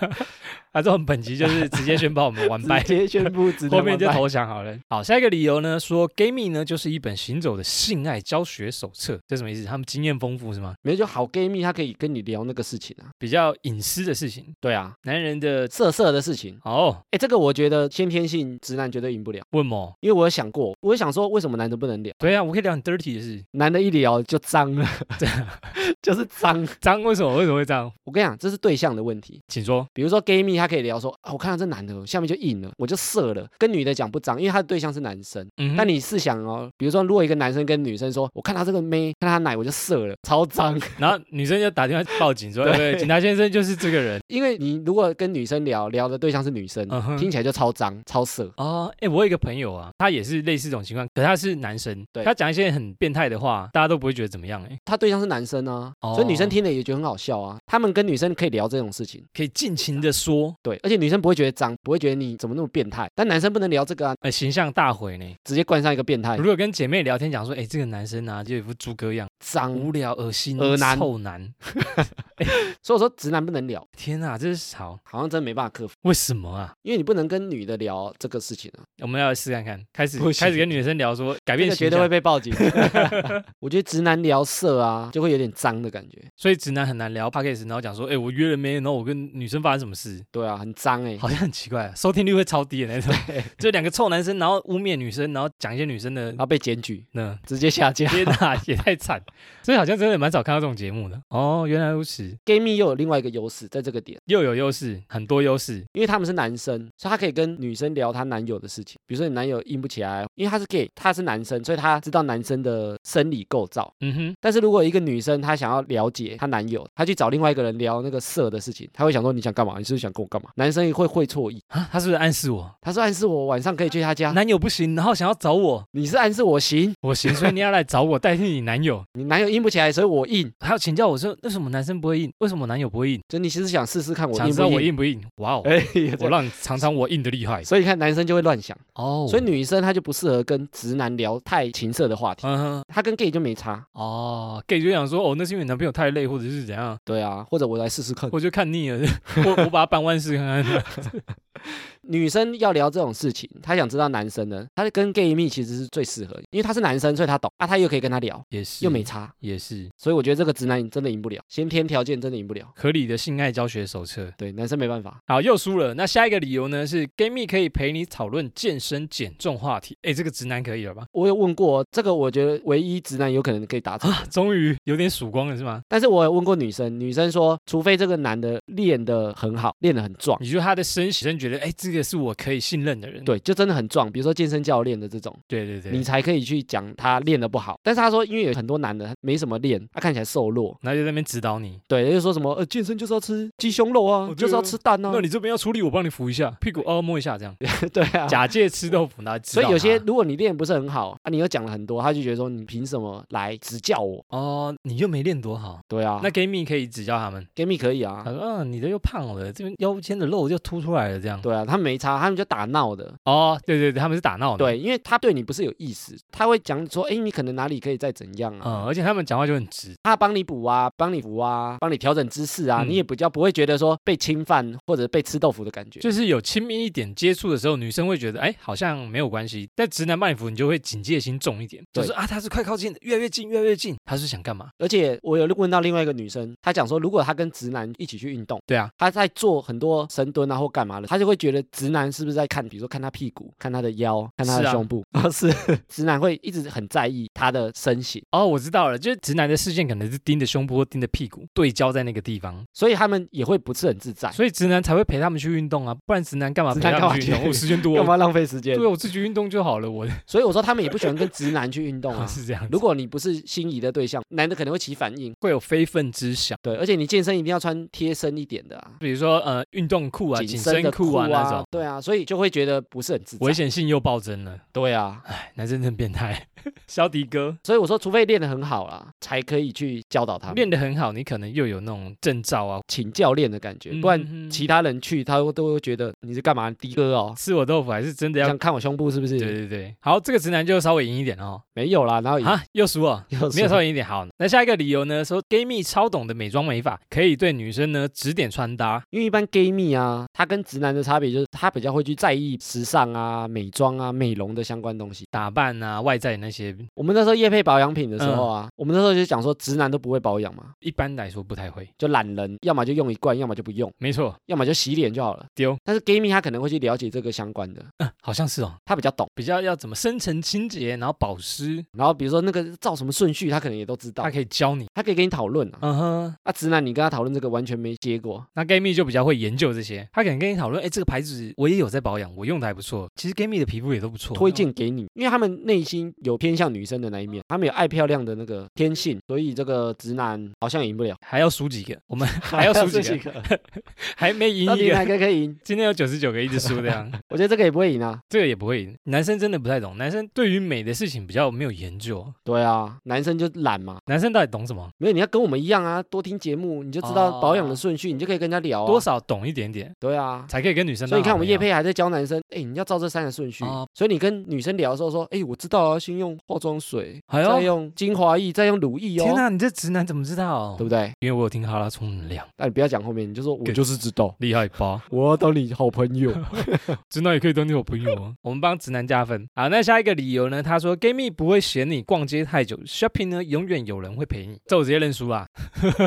Speaker 1: 啊，这种本集就是直接宣布我们 完败
Speaker 2: 直。接宣布直男
Speaker 1: 后面就
Speaker 2: 完败
Speaker 1: 投降好了。好，下一个理由呢，说 Gaming 呢就是一本行走的性爱教学手册，这什么意思？他们经验丰富是吗？
Speaker 2: 没有就好 gay 蜜，他可以跟你聊那个事情啊。
Speaker 1: 比较隐私的事情，
Speaker 2: 对啊，
Speaker 1: 男人的
Speaker 2: 色色的事情。
Speaker 1: 哦，
Speaker 2: 哎，这个我觉得先天性直男绝对赢不了，
Speaker 1: 问某，
Speaker 2: 因为我有想过，我有想说为什么男的不能聊，
Speaker 1: 对啊，我可以聊很 dirty 的事，
Speaker 2: 男的一聊就脏了， 就是脏。
Speaker 1: 脏为什么为什么会这样？
Speaker 2: 我跟你讲，这是对象的问题。
Speaker 1: 请说。
Speaker 2: 比如说 gay 蜜，他可以聊说啊，我看到这男的下面就硬了，我就射了。跟女的讲不脏，因为他的对象是男生。
Speaker 1: 嗯
Speaker 2: 但你试想哦，比如说如果一个男生跟女生说，我看他这个妹，看他奶我就射了，超脏。
Speaker 1: 然后女生就打电话报警说，
Speaker 2: 对
Speaker 1: 对警察先生就是这个人。
Speaker 2: 因为你如果跟女生聊，聊的对象是女生，
Speaker 1: 嗯哼
Speaker 2: 听起来就超脏、超色。
Speaker 1: 哦，哎、我有一个朋友啊，他也是类似这种情况，可是他是男生，
Speaker 2: 对
Speaker 1: 他讲一些很变态的话，大家都不会觉得怎么样、哎，
Speaker 2: 他对象是男生啊，
Speaker 1: 哦
Speaker 2: 所以女生听了也觉得很好笑啊。他们跟女生可以聊这种事情，
Speaker 1: 可以尽情的说，
Speaker 2: 对，而且女生不会觉得脏，不会觉得你怎么那么变态。但男生不能聊这个啊，
Speaker 1: 呃，形象大毁呢。
Speaker 2: 直接冠上一个变态
Speaker 1: 如，果跟姐妹聊天讲说，哎、这个男生啊，就有一副猪哥样，
Speaker 2: 脏。
Speaker 1: 无聊、恶心、
Speaker 2: 嗯恶男
Speaker 1: 臭男，
Speaker 2: 所以我说直男不能聊，
Speaker 1: 天啊，这是好，
Speaker 2: 好像真没办法克服，
Speaker 1: 为什么啊？
Speaker 2: 因为你不能跟女的聊这个事情啊，
Speaker 1: 我们要来试看看，开始
Speaker 2: 不行
Speaker 1: 开始跟女生聊说改
Speaker 2: 这
Speaker 1: 变
Speaker 2: 个
Speaker 1: 形
Speaker 2: 绝对会
Speaker 1: 象，
Speaker 2: 被报警。 我觉得直男聊色啊，就会有点脏的感觉。
Speaker 1: 所以直男很难聊 p a c k a g e 然后讲说，哎、我约了没？然后我跟女生发生什么事，
Speaker 2: 对啊，很脏哎、
Speaker 1: 好像很奇怪、啊，收听率会超低的那种， 就两个臭男生，然后污蔑女生，然后讲一些女生的
Speaker 2: 然后被检举，
Speaker 1: 呢。
Speaker 2: 直接下架。
Speaker 1: 天哪，也太惨！ 所以好像真的蛮少看到这种节目的。哦，原来如此，
Speaker 2: gay 蜜又有另外一个优势，在这个点。
Speaker 1: 又有优势，很多优势。
Speaker 2: 因为他们是男生，所以他可以跟女生聊她男友的事情，比如说你男友硬不起来，因为他是 gay，他是男生，所以他知道男生的生理构造。
Speaker 1: 嗯哼，
Speaker 2: 但是如果一个女生她想要了解她男友，她去找另外一个人聊那个色的事情，她会想说你想干嘛？你是不是想跟我干嘛？男生也会会错意，
Speaker 1: 啊，他是不是暗示我
Speaker 2: 他说暗示我晚上可以去他家，
Speaker 1: 男友不行，然后想要找我，
Speaker 2: 你是暗示我行，
Speaker 1: 我行，所以你要来找我 代替你男友。
Speaker 2: 你男友硬不起来，所以我硬，
Speaker 1: 还有请教我说，为什么男生不会硬？为什么男友不会硬？
Speaker 2: 就你其实想试试看我
Speaker 1: 想
Speaker 2: 硬
Speaker 1: 知道
Speaker 2: 不
Speaker 1: 我
Speaker 2: 硬。
Speaker 1: 硬不硬？哇哦！
Speaker 2: 哎，
Speaker 1: 我让你尝尝我硬的厉害
Speaker 2: 所以你看男生就会乱想，
Speaker 1: 哦
Speaker 2: 所以女生她就不适合跟直男聊太情色的话题，
Speaker 1: 嗯哼，
Speaker 2: 她跟 gay 就没差。
Speaker 1: 哦，gay 就想说，哦，那是因为你男朋友太累，或者是怎样，
Speaker 2: 对啊，或者我来试试看。
Speaker 1: 我就看腻了，我我把他办万事看看。
Speaker 2: 女生要聊这种事情，她想知道男生的，她跟 gay 蜜其实是最适合，因为他是男生，所以他懂啊，他又可以跟他聊，
Speaker 1: 也是，
Speaker 2: 又没差，
Speaker 1: 也是
Speaker 2: 所以我觉得这个直男真的赢不了，先天条件真的赢不了。
Speaker 1: 合理的性爱教学手册。
Speaker 2: 对，男生没办法，
Speaker 1: 好，又输了。那下一个理由呢？是 gay 蜜可以陪你讨论健身减重话题。哎，这个直男可以了吧？
Speaker 2: 我有问过哦这个，我觉得唯一直男有可能可以达成，
Speaker 1: 终于有点曙光了，是吗？
Speaker 2: 但是我有问过女生，女生说，除非这个男的练得很好，练得很壮，
Speaker 1: 你就他的身形，觉得哎，这个是我可以信任的人。
Speaker 2: 对，就真的很壮，比如说健身教练的这种，
Speaker 1: 对对对
Speaker 2: 你
Speaker 1: 对，
Speaker 2: 才可以去讲他练得不好。但是他说，因为有很多男的他没什么练，他看起来瘦弱，
Speaker 1: 然后就在那边指导你。
Speaker 2: 对，就说什么呃健身就是要吃鸡胸肉啊，
Speaker 1: 哦对
Speaker 2: 就是要
Speaker 1: 啊
Speaker 2: 吃蛋啊，
Speaker 1: 那你这边要出力，我帮你扶一下，屁股哦摸一下，这样
Speaker 2: 对啊。
Speaker 1: 假借吃豆腐，然后指
Speaker 2: 所
Speaker 1: 导
Speaker 2: 以有些
Speaker 1: 他
Speaker 2: 如果你练得不是很好啊，你又讲了很多，他就觉得说你凭什么来指教我？
Speaker 1: 哦，你又没练多好，
Speaker 2: 对啊，
Speaker 1: 那
Speaker 2: 那
Speaker 1: gay 蜜可以指教他们。
Speaker 2: gay 蜜可以
Speaker 1: 他
Speaker 2: 啊，
Speaker 1: 说，嗯，你的又胖了，这边腰间的肉就凸出来了，这样。
Speaker 2: 对啊，他没差，他们就打闹的。
Speaker 1: 哦，对对对，他们是打闹的。，
Speaker 2: 对，因为他对你不是有意思，他会讲说，哎，你可能哪里可以再怎样啊，
Speaker 1: 嗯，而且他们讲话就很直。
Speaker 2: 他帮你补啊，帮你扶啊，帮你调整姿势啊，
Speaker 1: 嗯
Speaker 2: 你也比较不会觉得说被侵犯或者被吃豆腐的感觉。
Speaker 1: 就是有亲密一点接触的时候，女生会觉得哎，好像没有关系。但直男帮你扶，你就会警戒心重一点，就
Speaker 2: 对
Speaker 1: 是啊，他是快靠近的，越来越近，越来越近，他是想干嘛？
Speaker 2: 而且我有问到另外一个女生，她讲说，如果她跟直男一起去运动，
Speaker 1: 对啊，
Speaker 2: 她在做很多深蹲啊或干嘛的，她就会觉得直男是不是在看，比如说看她屁股、看她的腰、看她
Speaker 1: 是
Speaker 2: 的
Speaker 1: 啊
Speaker 2: 胸部，啊、是 直男会一直很在意她的身形，
Speaker 1: 哦，我知道了，就是直男的视线可能是盯着胸部或盯着屁股，对焦在那个地方，
Speaker 2: 所以他们也会不是很自在。
Speaker 1: 所以直男才会陪他们去运动啊，不然直男干嘛
Speaker 2: 直
Speaker 1: 陪
Speaker 2: 男
Speaker 1: 他们去运
Speaker 2: 干嘛
Speaker 1: 动？
Speaker 2: 去
Speaker 1: 我时间多
Speaker 2: 干，嘛浪费时间？
Speaker 1: 对我自己运动就好了，我的、
Speaker 2: 所以我说他们也不喜欢跟直男去运动啊。
Speaker 1: 是这样子
Speaker 2: 如，果你不是心仪的对象，男的可能会起反应。
Speaker 1: 会有非分之想。
Speaker 2: 对，而且你健身一定要穿贴身一点的啊，
Speaker 1: 比如说呃，运动裤啊、紧
Speaker 2: 身的
Speaker 1: 裤啊那种，
Speaker 2: 对啊，所以就会觉得不是很自在
Speaker 1: 危。险性又暴增了。
Speaker 2: 对啊，
Speaker 1: 哎，男生真变态， 肖迪哥
Speaker 2: 所以我说，除非练得很好啦，才可以去教导他们，
Speaker 1: 练得很好，你可能又有那种证照啊，
Speaker 2: 请教练的感觉，不
Speaker 1: 嗯
Speaker 2: 然
Speaker 1: 哼哼
Speaker 2: 其他人去，他都都会觉得你是干嘛的哥哦，
Speaker 1: 吃我豆腐还是真的要
Speaker 2: 想。看我胸部是不
Speaker 1: 对
Speaker 2: 是？
Speaker 1: 对对，好，这个直男就稍微赢一点哦。
Speaker 2: 没有啦，然后也
Speaker 1: 啊，又输了。
Speaker 2: 又说
Speaker 1: 没有稍微赢一点好，那下一个理由呢？说 gay 蜜超懂的美妆美发，可以对女生呢指点穿搭。
Speaker 2: 因为一般 gay 蜜啊，他跟直男的差别就是他比较会去在意时尚啊、美妆啊、美容的相关东西。
Speaker 1: 打扮啊，外在那些
Speaker 2: 我们那时候夜配保养品的时候
Speaker 1: 嗯
Speaker 2: 啊，我们那时候就讲说，直男都不会保养嘛，
Speaker 1: 一般来说不太会。
Speaker 2: 就懒人，要么就用一罐，要么就不用，
Speaker 1: 没错，
Speaker 2: 要么就洗脸就好了。
Speaker 1: 丢
Speaker 2: 但是 gay 蜜他可能会去了解这个相关的，
Speaker 1: 嗯，好像是哦，
Speaker 2: 他比较懂。
Speaker 1: 比较要怎么深层清洁，然后保湿，
Speaker 2: 然后比如说那个照什么顺序，他可能也都知道
Speaker 1: 他，可以教你。
Speaker 2: 他可以跟你讨论啊。
Speaker 1: 嗯哦哼，
Speaker 2: 啊，直男你跟他讨论这个完全没结果，
Speaker 1: 那 gay 蜜就比较会研究这些，他可能跟你讨论，哎，这个牌子我也有在保养，我用的还不错。其实 gay 蜜的皮肤也都不错，
Speaker 2: 推荐给你，因为他们内心有偏向女生的那一面，
Speaker 1: 嗯
Speaker 2: 他们有爱漂亮的那个天性，所以这个直男好像赢不了，
Speaker 1: 还要数几个， 我们 还要数几个，
Speaker 2: 个，
Speaker 1: 还没赢
Speaker 2: 到
Speaker 1: 一
Speaker 2: 底哪
Speaker 1: 个。
Speaker 2: 个可以赢？
Speaker 1: 今天有九十九个，一直输这 样，
Speaker 2: 我觉得这个也不会赢啊。
Speaker 1: 这个也不会赢。男生真的不太懂，男生对于美的事情比较没有研究。
Speaker 2: 对啊，男生就懒嘛，
Speaker 1: 男生到底懂什么？
Speaker 2: 没有你要跟我们一样啊，多听节目，你就知道保养的顺序，你就可以跟人家聊、啊。
Speaker 1: 哦多？少懂一点点，
Speaker 2: 对啊。
Speaker 1: 才可哦以跟女生
Speaker 2: 所
Speaker 1: 当好朋友。
Speaker 2: 以你看，我们叶佩还在教男生，哎，你要照这三个顺序。
Speaker 1: 哦
Speaker 2: 所以你跟女生聊的时候说，哎，我知道啊，先用化妆水，
Speaker 1: 哎呦
Speaker 2: 再用精华液，再用乳液哦，
Speaker 1: 天哪，你这直男怎么知道？
Speaker 2: 对不对？
Speaker 1: 因为我有听哈拉充能量，
Speaker 2: 但你不要讲后面，你就说我
Speaker 1: 对
Speaker 2: 就是知道，
Speaker 1: 厉害 吧？
Speaker 2: 我要当你好 朋友。
Speaker 1: 直男也可以当你好朋友啊。我们帮直男加分。好，那下一个理由呢？他说 gay 蜜不会嫌你逛街太久，shopping 呢永远有人会陪你。这我直接认输啦。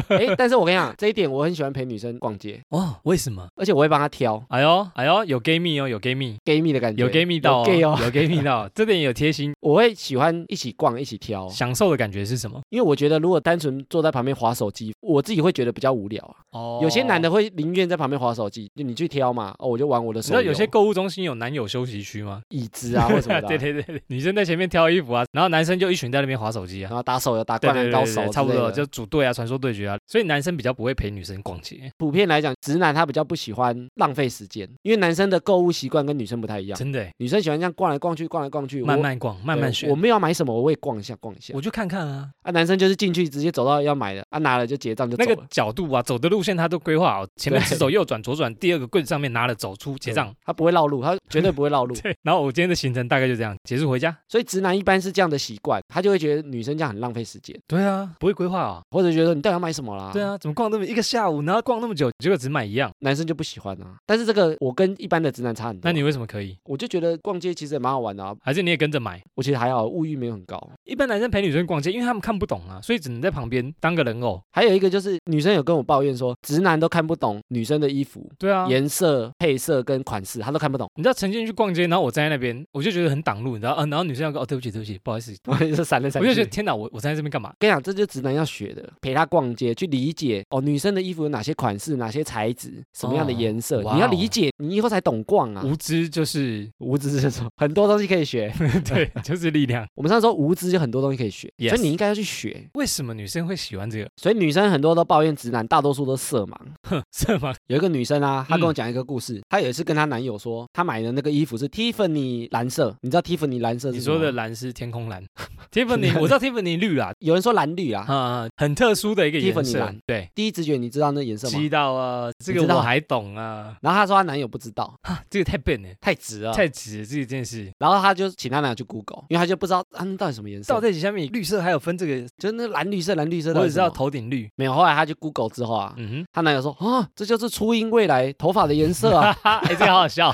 Speaker 2: 哎，但是我跟你讲，这一点我很喜欢陪女生逛街，
Speaker 1: 哦，为什么？
Speaker 2: 而且我会帮她挑
Speaker 1: 哎呦哎呦，有 gay 蜜哦，有 gay 蜜，
Speaker 2: gay 蜜的感觉，
Speaker 1: 有 gay 蜜到、
Speaker 2: 有 gay 哦，
Speaker 1: 有 gay 蜜 到，这点有贴心。
Speaker 2: 我会喜欢一起逛，一起挑。
Speaker 1: 享受的感觉是什么？
Speaker 2: 因为我觉得，如果单纯坐在旁边划手机，我自己会觉得比较无聊啊。
Speaker 1: 哦
Speaker 2: 有些男的，会宁愿在旁边划手机，就你去挑嘛，哦，我就玩我的
Speaker 1: 你知
Speaker 2: 手
Speaker 1: 道
Speaker 2: 游。
Speaker 1: 有些购物中心有男友休息区吗？
Speaker 2: 椅子啊 或什么的啊、
Speaker 1: 对对对，对女生在前面挑衣服啊，然后男生就一群在那边划手机啊
Speaker 2: 然。后打手游、打
Speaker 1: 对
Speaker 2: 灌
Speaker 1: 对
Speaker 2: 篮
Speaker 1: 对
Speaker 2: 高
Speaker 1: 对
Speaker 2: 手
Speaker 1: 差不
Speaker 2: 之类
Speaker 1: 多
Speaker 2: 的
Speaker 1: 就组队啊、传说对决啊，所以男生比较不会陪女生逛街，
Speaker 2: 普遍来讲，直男他比较不喜欢浪费时间，因为男生的购物习惯跟女生不太一样。
Speaker 1: 真的欸，
Speaker 2: 女生喜欢这样逛来逛去，逛来逛去，我
Speaker 1: 慢慢逛，慢慢
Speaker 2: 对
Speaker 1: 选
Speaker 2: 我。没有要买什么，我会逛一下逛一下
Speaker 1: 我。就看看啊，
Speaker 2: 啊，男生就是进去直接走到要买的，啊拿了就结账就走
Speaker 1: 那
Speaker 2: 了。
Speaker 1: 个角度啊，走的路线他都规划好，前面
Speaker 2: 对
Speaker 1: 直走、右转、左转，第二个柜子上面拿了走出结账。
Speaker 2: 对。，嗯他不会绕路，他绝对不会绕路
Speaker 1: 对，然后我今天的行程大概就这样结束回家。
Speaker 2: 所以直男一般是这样的习惯，他就会觉得女生这样很浪费时间，
Speaker 1: 对啊，不会规划啊。
Speaker 2: 或者觉得你到底要买什么啦？
Speaker 1: 对，啊，怎么逛那么一个下午，然后逛那么久，结果只买一样？
Speaker 2: 男生就不喜欢啊。但是这个我跟一般的直男差很多。啊
Speaker 1: 那你为什么可以？
Speaker 2: 我就觉得逛街其实也蛮好玩的啊，
Speaker 1: 还是你也跟着买？
Speaker 2: 我其实还好，物欲没有很高。
Speaker 1: 一般男生陪女生逛街，因为他们看不懂啊，所以只能在旁边当个人偶。
Speaker 2: 还有一个就是女生有跟我抱怨说，直男都看不懂女生的衣服。
Speaker 1: 对啊，
Speaker 2: 颜色、配色跟款式，他都看不懂，
Speaker 1: 你知道曾经去逛街，然后我站在那边，我就觉得很挡路，你知道啊，然后女生要跟我哦，对不起，对不起，不好意思，
Speaker 2: 我就闪了闪
Speaker 1: 我就
Speaker 2: 去。
Speaker 1: 觉得天哪，我我站在这边干嘛？
Speaker 2: 跟你讲，这就是直男要学的，陪她逛街，去理解哦，女生的衣服有哪些款式、哪些材质、什么样的
Speaker 1: 哦
Speaker 2: 颜色，
Speaker 1: 哇
Speaker 2: 你要
Speaker 1: 哦
Speaker 2: 理解，你以后才懂逛啊。
Speaker 1: 无知就是
Speaker 2: 无知是什么？很多东西可以学。
Speaker 1: 对，就是力量。
Speaker 2: 我们上次说无知就很多东西可以学
Speaker 1: Yes
Speaker 2: 所以你应该要去学。
Speaker 1: 为什么女生会喜欢这个？
Speaker 2: 所以女生很多都抱怨直男，大多数都色盲，
Speaker 1: 是吗？
Speaker 2: 有一个女生啊，她
Speaker 1: 嗯
Speaker 2: 跟我讲一个故事，她有一次跟她男友说，她买的那个衣服是 Tiffany 蓝色，你知道 Tiffany 蓝色是
Speaker 1: 你
Speaker 2: 什么
Speaker 1: 说
Speaker 2: 吗
Speaker 1: 的蓝是天空蓝 ，Tiffany 我知道 Tiffany 绿啦，
Speaker 2: 有人说蓝绿啊，
Speaker 1: 啊，很特殊的一个颜
Speaker 2: Tiffany
Speaker 1: 色
Speaker 2: 蓝，
Speaker 1: 对，
Speaker 2: 第一直觉你知道那颜色吗
Speaker 1: 知？道啊，这个
Speaker 2: 知道
Speaker 1: 我还懂啊，
Speaker 2: 然后她说她男友不知道，
Speaker 1: 这个太笨了，
Speaker 2: 太直了。
Speaker 1: 太直了这件事。
Speaker 2: 然后她就请她男友去 Google，因为她就不知道啊那到底什么颜色
Speaker 1: 到，底下面绿色还有分这个，
Speaker 2: 就是那蓝绿色蓝绿色。
Speaker 1: 我只知道，头顶绿，
Speaker 2: 没有。后来她去 Google 之后啊，
Speaker 1: 嗯
Speaker 2: 她男友说啊，这就是初音未来头发的颜色
Speaker 1: 哼，
Speaker 2: 啊。
Speaker 1: 哈，哎，这个好好笑，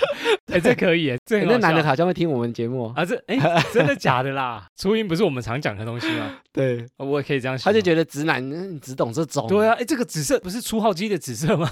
Speaker 1: 哎，这可以，哎这
Speaker 2: 欸
Speaker 1: 很
Speaker 2: 那
Speaker 1: 好
Speaker 2: 男的
Speaker 1: 笑
Speaker 2: 好像会听我们节目哦，
Speaker 1: 啊，这哎， 真的假的啦？初音不是我们常讲的东西吗？
Speaker 2: 对，
Speaker 1: 我也可以这样想，
Speaker 2: 他就觉得直男嗯只懂这种，
Speaker 1: 对啊，哎，这个紫色不是初号机的紫色吗？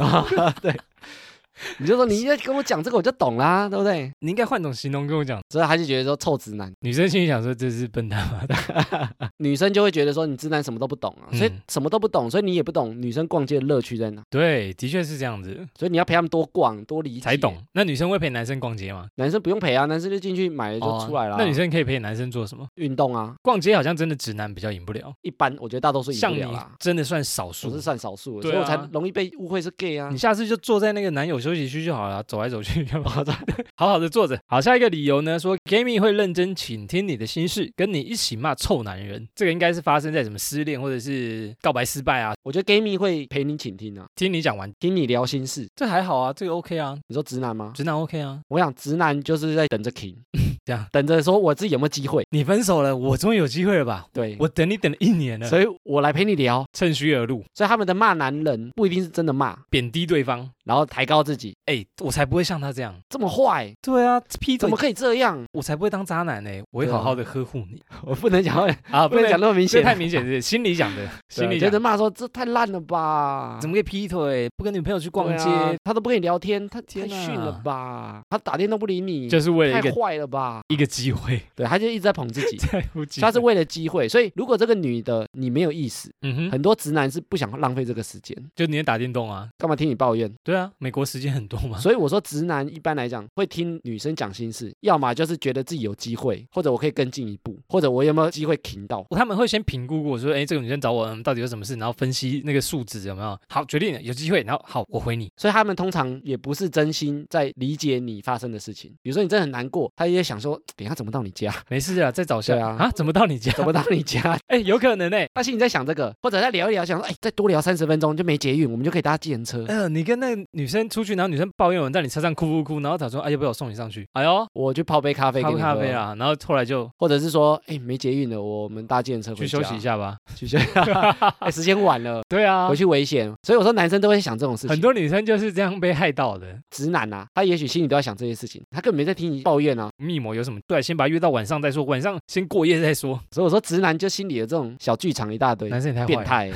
Speaker 2: 你就说你要跟我讲这个我就懂啦，对不对？
Speaker 1: 你应该换种形容跟我讲。
Speaker 2: 所以他就觉得说臭直男，
Speaker 1: 女生心里想说这是笨蛋吗？
Speaker 2: 女生就会觉得说你直男什么都不懂啊，所以
Speaker 1: 嗯
Speaker 2: 什么都不懂，所以你也不懂女生逛街的乐趣在哪，
Speaker 1: 对，的确是这样子
Speaker 2: 所以你要陪他们多逛多理解
Speaker 1: 才。懂。那女生会陪男生逛街吗？
Speaker 2: 男生不用陪啊，男生就进去买了就出来了、
Speaker 1: 哦那女生可以陪男生做什么？
Speaker 2: 运动啊，
Speaker 1: 逛街好像真的直男比较赢不了，
Speaker 2: 一般我觉得大多数赢
Speaker 1: 像
Speaker 2: 不
Speaker 1: 你
Speaker 2: 了啦，
Speaker 1: 真的算少
Speaker 2: 我是
Speaker 1: 数。
Speaker 2: 算少数的，
Speaker 1: 对
Speaker 2: 所以我才
Speaker 1: 啊
Speaker 2: 容易被误会是 gay 啊
Speaker 1: 你。下次就坐在那个男友休息区就好了，走来走去干嘛？ 好好的坐着。好，下一个理由呢，说 Gaming 会认真倾听你的心事，跟你一起骂臭男人。这个应该是发生在什么失恋或者是告白失败啊？
Speaker 2: 我觉得 gay 蜜会陪你倾听啊，
Speaker 1: 听你讲完，
Speaker 2: 听你聊心事。
Speaker 1: 这还好啊，这个 OK 啊，
Speaker 2: 你说直男吗？
Speaker 1: 直男 OK 啊。
Speaker 2: 我想直男就是在等着 king，
Speaker 1: 这样
Speaker 2: 等着说我自己有没有机会。
Speaker 1: 你分手了，我终于有机会了吧？
Speaker 2: 对，
Speaker 1: 我等你等了一年了，
Speaker 2: 所以我来陪你聊。
Speaker 1: 趁虚而入，
Speaker 2: 所以他们的骂男人不一定是真的骂，
Speaker 1: 贬低对方。
Speaker 2: 然后抬高自己，
Speaker 1: 哎，我才不会像他这样。
Speaker 2: 这么坏，
Speaker 1: 对啊，劈
Speaker 2: 怎
Speaker 1: 腿
Speaker 2: 么可以这 样？
Speaker 1: 我才不会当渣男呢、我会
Speaker 2: 对啊
Speaker 1: 好好的呵护你
Speaker 2: 我 不能讲，
Speaker 1: 啊，
Speaker 2: 不能讲那么明
Speaker 1: 这
Speaker 2: 显，
Speaker 1: 太明显啊是心里讲的，心
Speaker 2: 对啊
Speaker 1: 里
Speaker 2: 觉
Speaker 1: 讲
Speaker 2: 得骂说这太烂了吧，
Speaker 1: 怎
Speaker 2: 么
Speaker 1: 么可以劈腿，不跟女朋友去逛街，
Speaker 2: 他都不跟你聊天，他太
Speaker 1: 天哪
Speaker 2: 逊了吧，他打电都不理你，
Speaker 1: 就是为了一
Speaker 2: 啊太
Speaker 1: 个
Speaker 2: 坏了吧？
Speaker 1: 一个机会，。
Speaker 2: 对，他就一直在捧自己
Speaker 1: 在乎 机
Speaker 2: 他是
Speaker 1: 会，
Speaker 2: 为了机会，所以如果这个女的你没有意思，
Speaker 1: 嗯哼，
Speaker 2: 很多直男是不想浪费这个时间，
Speaker 1: 就你也打电动啊，
Speaker 2: 干嘛听你抱怨？
Speaker 1: 对啊，美国时间很多嘛，
Speaker 2: 所以我说，直男一般来讲会听女生讲心事，要么就是觉得自己有机会，或者我可以更进一步，或者我有没有机会停到。
Speaker 1: 他们会先评估过说，哎，这个女生找我、嗯到底有什么事，然后分析那个数值有没有好，决定了有机会，然后好，我回你，
Speaker 2: 所以他们通常也不是真心在理解你发生的事情。比如说你真的很难过，他也想说，等一下怎么到你家？
Speaker 1: 没事啊，再找下
Speaker 2: 对啊
Speaker 1: 怎么到你 家？
Speaker 2: 怎么到你家？
Speaker 1: 哎，有可能哎、
Speaker 2: 他心里在想这个，或者再聊一聊，想说，哎，再多聊三十分钟就没捷运，我们就可以搭计程车。
Speaker 1: 呃，你跟那个女生出去，然后女生抱怨我在你车上哭哭哭，然后他说，哎，要不要我送你上去？哎呦，
Speaker 2: 我去泡杯咖啡给
Speaker 1: 咖
Speaker 2: 你
Speaker 1: 啡
Speaker 2: 喝
Speaker 1: 咖啡，啊，然后后来就
Speaker 2: 或者是说，哎，没捷运了，我们搭计程车回
Speaker 1: 去
Speaker 2: 家
Speaker 1: 休息一，下吧。
Speaker 2: 去休息， 哎，时间晚了，
Speaker 1: 对啊
Speaker 2: 回，去危险。所以我说，男生都会想这种事情
Speaker 1: 很。多女生就是这样被害到的。
Speaker 2: 直男啊，他也许心里都在想这些事情，他根本没在听你抱怨啊。
Speaker 1: 密谋有什么？对，先把她约到晚上再说，晚上先过夜再说。
Speaker 2: 所以我说，直男就心里有这种小剧场一大堆，
Speaker 1: 男生也太坏
Speaker 2: 变
Speaker 1: 了。
Speaker 2: 态欸、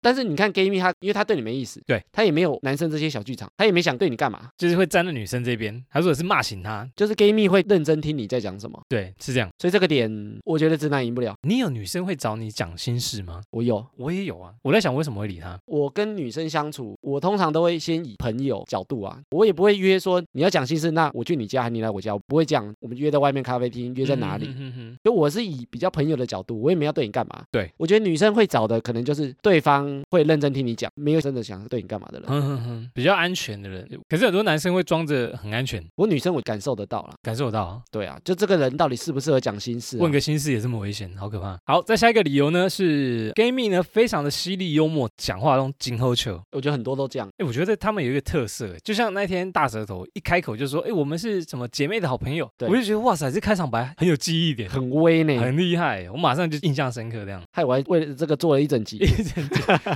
Speaker 2: 但是你看 gay 蜜他，因为他对你没意思，
Speaker 1: 对
Speaker 2: 他也没有男生这些小剧场，他也没想对你干嘛，
Speaker 1: 就是会站在女生这边，他说是骂醒她。
Speaker 2: 就是 gay 蜜会认真听你在讲什么，
Speaker 1: 对，是这样。
Speaker 2: 所以这个点我觉得直男赢不了。
Speaker 1: 你有女生会找你讲心事吗？
Speaker 2: 我有，
Speaker 1: 我也有啊，我在想为什么会理她。
Speaker 2: 我跟女生相处，我通常都会先以朋友角度啊，我也不会约说你要讲心事，那我去你家，你来我家，我不会讲，我们约在外面咖啡厅，约在哪里，
Speaker 1: 嗯哼哼
Speaker 2: 就我是以比较朋友的角度，我也没要对你干嘛。
Speaker 1: 对，
Speaker 2: 我觉得女生会找的可能就是对方会认真听你讲，没有真的想对你干嘛的人。
Speaker 1: 哼哼哼，比较安全的人，可是很多男生会装着很安全，
Speaker 2: 我女生我感受得到啦，
Speaker 1: 感受到、啊。
Speaker 2: 对啊，就这个人到底适不适合讲心事、啊
Speaker 1: 问。个心事也这么危险，好可怕。好，再下一个理由呢是 gay 蜜呢非常的犀利幽默，讲话都紧后球。
Speaker 2: 我觉得很多都这样，
Speaker 1: 哎，我觉得他们有一个特色，就像那天大舌头一开口就说：“哎，我们是什么姐妹的好朋友。”
Speaker 2: 对
Speaker 1: 我就觉得哇塞，这开场白很有记忆点，
Speaker 2: 很威呢。
Speaker 1: 很厉害，我马上就印象深刻这 样。
Speaker 2: 害我还为了这个做了一整 集，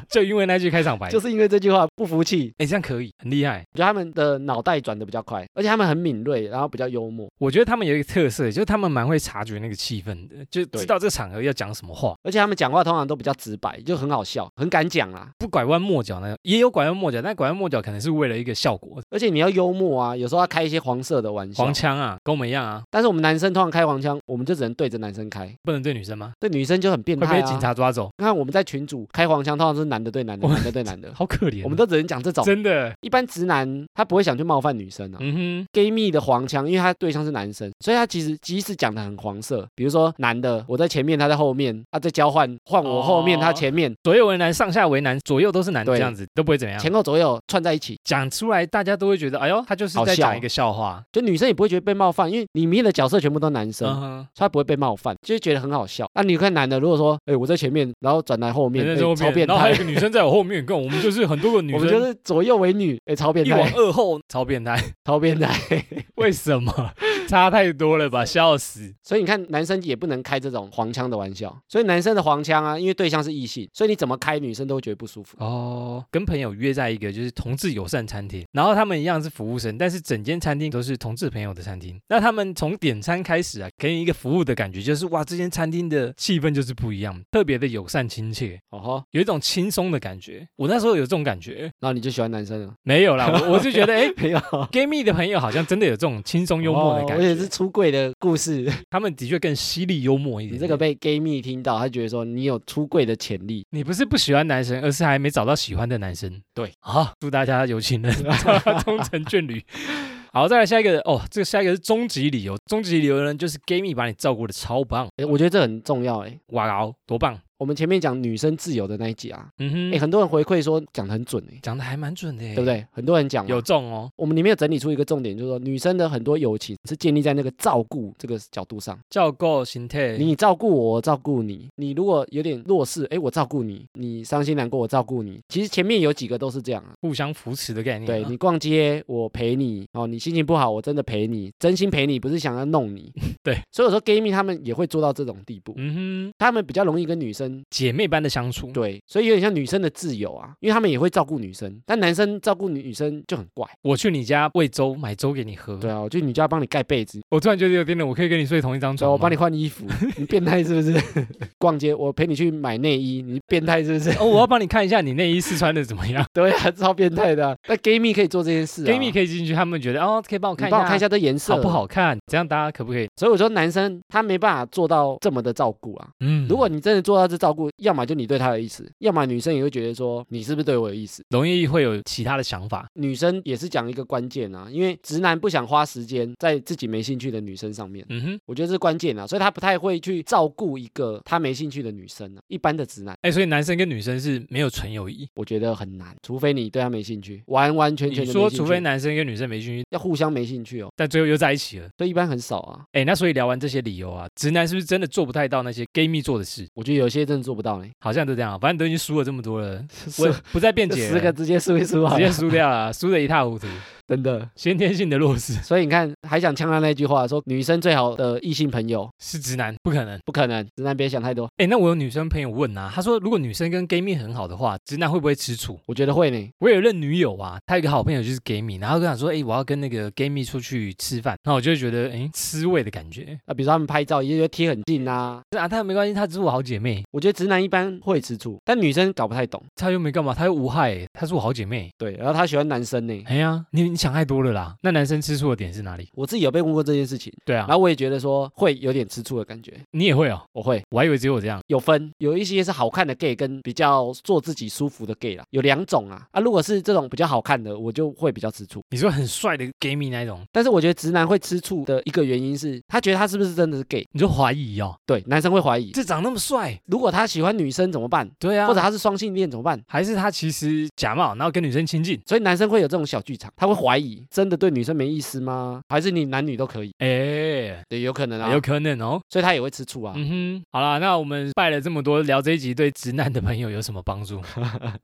Speaker 1: 就因为那句开场白，
Speaker 2: 就是因为这句话不服气。
Speaker 1: 哎，这样可以，很厉害。
Speaker 2: 我觉得他们的脑袋转的比较快，而且他们很敏锐，然后比较幽默，
Speaker 1: 我觉得他们有一个特色，就是他们蛮会察觉那个气氛的，就
Speaker 2: 对
Speaker 1: 知道这个场合要讲什么话，
Speaker 2: 而且他们讲话通常都比较直白，就很好笑，很敢讲啊啦。
Speaker 1: 不拐弯抹角那种。也有拐弯抹角，但拐弯抹角可能是为了一个效果。
Speaker 2: 而且你要幽默啊，有时候要开一些黄色的玩笑
Speaker 1: 黄。腔啊，跟我们一样啊，
Speaker 2: 但是我们男生通常开黄腔，我们就只能对着男生开，
Speaker 1: 不能对女生吗？
Speaker 2: 对女生就很变
Speaker 1: 会
Speaker 2: 态
Speaker 1: 被
Speaker 2: 啊
Speaker 1: 警。察抓走。
Speaker 2: 看我们在群主开黄腔，通常常是男的对男的，
Speaker 1: 我
Speaker 2: 男的对男的，
Speaker 1: 好可怜哦，
Speaker 2: 我们都只能讲这种。
Speaker 1: 真的，
Speaker 2: 一般直男他不会想去冒犯女生啊。
Speaker 1: 嗯
Speaker 2: gay 蜜的黄腔，因为他对象是男生，所以他其实即使讲的很黄色，比如说男的我在前面，他在后面，他在交换，换我后面，
Speaker 1: 哦
Speaker 2: 他前面，
Speaker 1: 哼，左右为难，上下为难，左右都是男的，
Speaker 2: 对
Speaker 1: 这样子都不会怎么样。
Speaker 2: 前后左右串在一起，
Speaker 1: 讲出来，大家都会觉得，哎呦，他就是
Speaker 2: 好
Speaker 1: 在
Speaker 2: 笑
Speaker 1: 讲一个笑话。
Speaker 2: 就女生也不会觉得被冒犯，因为里面的角色全部都男生。
Speaker 1: 嗯哼，
Speaker 2: 所以他不会被冒犯，就是觉得很好笑。那、你看男的，如果说，哎、我在前面，然后转来后面，
Speaker 1: 人
Speaker 2: 哎
Speaker 1: 在后
Speaker 2: 超
Speaker 1: 面，
Speaker 2: 变
Speaker 1: 然后还有
Speaker 2: 态
Speaker 1: 一，个女生在我后面，跟我们就是很多个女
Speaker 2: 我
Speaker 1: 生，
Speaker 2: 们就是左右为女，哎、超变
Speaker 1: 一往
Speaker 2: 态，
Speaker 1: 二后，超变态。
Speaker 2: 超变态。
Speaker 1: 为什么？ 差太多了吧，笑死！
Speaker 2: 所以你看，男生也不能开这种黄腔的玩笑。所以男生的黄腔啊，因为对象是异性，所以你怎么开，女生都会觉得不舒服。
Speaker 1: 哦，跟朋友约在一个就是同志友善餐厅，然后他们一样是服务生，但是整间餐厅都是同志朋友的餐厅。那他们从点餐开始啊，给你一个服务的感觉，就是哇，这间餐厅的气氛就是不一样，特别的友善亲切，
Speaker 2: 哦吼，
Speaker 1: 有一种轻松的感觉。我那时候有这种感觉，
Speaker 2: 然后你就喜欢 男生了？
Speaker 1: 没有啦，我我就觉得 哎。
Speaker 2: 没有，
Speaker 1: gay 蜜的朋友好像真的有这种轻松幽默的感
Speaker 2: 哦而
Speaker 1: 觉，
Speaker 2: 且是出柜的故事。
Speaker 1: 他们的确更犀利幽默一点
Speaker 2: 你
Speaker 1: 点。
Speaker 2: 这个被 gay 蜜听到，他觉得说你有出柜的潜力。
Speaker 1: 你不是不喜欢男生，而是还没找到喜欢的男生。
Speaker 2: 对
Speaker 1: 啊，祝大家有 情人终成眷侣。好，再来下一个哦，这个下一个是终极理由。终极理由呢，就是 gay 蜜把你照顾的超棒，
Speaker 2: 哎，我觉得这很重要。哎，
Speaker 1: 哇哦，多棒！
Speaker 2: 我们前面讲女生自由的那一集啊，
Speaker 1: 嗯
Speaker 2: 哎，
Speaker 1: 哼，
Speaker 2: 很多人回馈说讲的很准哎。
Speaker 1: 讲的还蛮准的耶，
Speaker 2: 对不对？很多人讲嘛
Speaker 1: 有中哦，
Speaker 2: 我们里面有整理出一个重点，就是说女生的很多友情是建立在那个照顾这个角度上，
Speaker 1: 照顾心态，
Speaker 2: 你照顾我，我照顾你。你如果有点弱势，哎，我照顾你；你伤心难过，我照顾你。其实前面有几个都是这样啊。
Speaker 1: 互相扶持的概念、。
Speaker 2: 对，你逛街，我陪你哦；你心情不好，我真的陪你，真心陪你，不是想要弄你
Speaker 1: 对，
Speaker 2: 所以我说 gay 蜜他们也会做到这种地步，
Speaker 1: 嗯哼，嗯
Speaker 2: 他们比较容易跟女生
Speaker 1: 姐妹般的相处，
Speaker 2: 对，所以有点像女生的自由啊，因为他们也会照顾女生，但男生照顾女女生就很怪。
Speaker 1: 我去你家喂粥，买粥给你喝。
Speaker 2: 对啊，我就你就要帮你盖被子，
Speaker 1: 我突然觉得有点冷，我可以跟你睡同一张
Speaker 2: 对，啊
Speaker 1: 床吗，
Speaker 2: 我帮你换衣服， 你变态是不是？ 逛街，我陪你去买内衣，你变态是不是？
Speaker 1: 哦，我要帮你看一下你内衣试穿的怎么样。
Speaker 2: 对啊，超变态的啊、那 gay 蜜可以做这件事、啊、
Speaker 1: gay 蜜可以进去，他们觉得哦，可以帮我看
Speaker 2: 你
Speaker 1: 一
Speaker 2: 帮我
Speaker 1: 下
Speaker 2: 看一下这颜色
Speaker 1: 好不？好看，这样大家可不可以？
Speaker 2: 所以我说男生他没办法做到这么的照顾啊。
Speaker 1: 嗯
Speaker 2: 如果你真的做到这照顾，要么就你对他有意思，要么女生也会觉得说你是不是对我有意思。
Speaker 1: 容易会有其他的想法，
Speaker 2: 女生也是讲一个关键啊，因为直男不想花时间在自己没兴趣的女生上面，
Speaker 1: 嗯哼，
Speaker 2: 我觉得这是关键啊，所以他不太会去照顾一个他没兴趣的女生啊。一般的直男，
Speaker 1: 哎，所以男生跟女生是没有纯友谊。
Speaker 2: 我觉得很难，除非你对他没兴趣，完完全全
Speaker 1: 你
Speaker 2: 的
Speaker 1: 说，
Speaker 2: 没兴
Speaker 1: 除
Speaker 2: 趣
Speaker 1: 非男生跟女生没兴趣，
Speaker 2: 要互相没兴趣哦，
Speaker 1: 但最后又在一起了。
Speaker 2: 所以一般很少啊。
Speaker 1: 哎，那所以聊完这些理由啊，直男是不是真的做不太到那些 gay 蜜做的事？
Speaker 2: 我觉得有些真的做不到呢。
Speaker 1: 好像都这样啊，反正都已经输了这么多了，我也不再辩
Speaker 2: 这
Speaker 1: 解
Speaker 2: 十
Speaker 1: 了，
Speaker 2: 个直接输一输啊
Speaker 1: 直，接输掉了，输得一塌糊涂，
Speaker 2: 真的。
Speaker 1: 先天性的弱势
Speaker 2: 所以你看，还想呛他那句话，说女生最好的异性朋友
Speaker 1: 是直男，不可能。
Speaker 2: 不可能，直男别想太多。
Speaker 1: 哎，那我有女生朋友问啊，她说如果女生跟 gay 蜜很好的话，直男会不会吃醋？
Speaker 2: 我觉得会呢，
Speaker 1: 我有一任女友啊，她有一个好朋友就是 gay 蜜，然后跟她说，哎、我要跟那个 gay 蜜出去吃饭，然后我就会觉得，哎、吃味的感觉。
Speaker 2: 啊，比如说他们拍照，也觉得贴很近啊。
Speaker 1: 啊，她没关系，她只是我好姐妹，
Speaker 2: 我觉得直男一般会吃醋，但女生搞不太懂。
Speaker 1: 她又没干嘛，她又无害、她是我好姐妹。
Speaker 2: 对，然后他喜欢男生呢。
Speaker 1: 哎呀，你你想太多了啦。那男生吃醋的点是哪里？
Speaker 2: 我自己有被问过这件事情，
Speaker 1: 对啊
Speaker 2: 然，后我也觉得说会有点吃醋的感觉。
Speaker 1: 你也会哦，
Speaker 2: 我会
Speaker 1: 我还以为只有我这样。
Speaker 2: 有分，有一些是好看的 gay 跟比较做自己舒服的 gay 啦，有两种啊。啊，如果是这种比较好看的，我就会比较吃醋。
Speaker 1: 你说很帅的 gay 蜜那一种，
Speaker 2: 但是我觉得直男会吃醋的一个原因是，他觉得他是不是真的是 gay，
Speaker 1: 你就怀疑哦，
Speaker 2: 对，男生会怀疑，
Speaker 1: 这长那么帅，
Speaker 2: 如果他喜欢女生怎么办？
Speaker 1: 对啊，
Speaker 2: 或者他是双性恋怎么办？
Speaker 1: 还是他其实假冒，然后跟女生亲近。
Speaker 2: 所以男生会有这种小剧场，他会怀疑，真的对女生没意思吗？还是你男女都可以？
Speaker 1: 哎、
Speaker 2: 对，有可能啊
Speaker 1: 有，可能哦。
Speaker 2: 所以他也会吃醋啊。
Speaker 1: 嗯哼，好啦，那我们拜了这么多，聊这一集对直男的朋友有什么帮 助？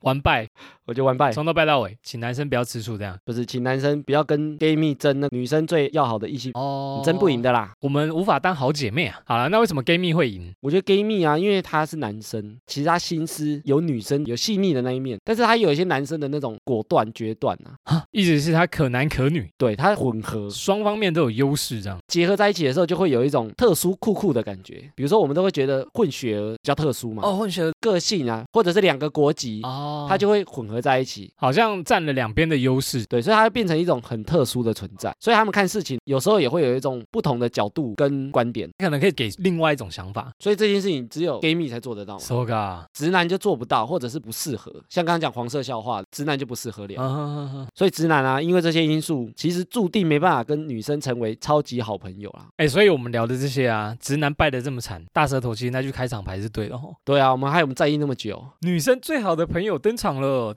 Speaker 1: 完拜，
Speaker 2: 我就完败，
Speaker 1: 从头拜到尾，请男生不要吃醋这样。
Speaker 2: 不是，请男生不要跟 gay 蜜争那女生最要好的异性，
Speaker 1: 哦
Speaker 2: 你争不赢
Speaker 1: 的，
Speaker 2: 的啦。
Speaker 1: 我们无法当好姐妹啊。好了，那为什么 gay 蜜会赢？
Speaker 2: 我觉得 gay 蜜啊，因为他是男生，其实他心思有女生有细腻的那一面，但是他有一些男生的那种果断决断啊，
Speaker 1: 意思是他可男可女，
Speaker 2: 对它混合
Speaker 1: 双方面都有优势，这样
Speaker 2: 结合在一起的时候，就会有一种特殊酷酷的感觉。比如说，我们都会觉得混血儿比较特殊嘛，
Speaker 1: 哦，混血
Speaker 2: 个性啊，或者是两个国籍，
Speaker 1: 哦，
Speaker 2: 它就会混合在一起。
Speaker 1: 好像占了两边的优势。
Speaker 2: 对，所以它会变成一种很特殊的存在。所以他们看事情有时候也会有一种不同的角度跟观点。
Speaker 1: 可能可以给另外一种想法
Speaker 2: 所以这件事情只有 gay 蜜才做
Speaker 1: 哦
Speaker 2: 得到嘛，
Speaker 1: ，soga，
Speaker 2: 直男就做不到，或者是不适合。像刚刚讲黄色笑话，直男就不适合聊。
Speaker 1: 啊，
Speaker 2: 所以直男啊，因为这些因素，其实注定没办法跟女生成为超级好朋友啦。
Speaker 1: 哎，所以我们聊的这些啊，直男败得这么惨，大舌头其实那句开场白是对的哦。
Speaker 2: 对啊，我们还有在意那么久，
Speaker 1: 女生最好的朋友登场了，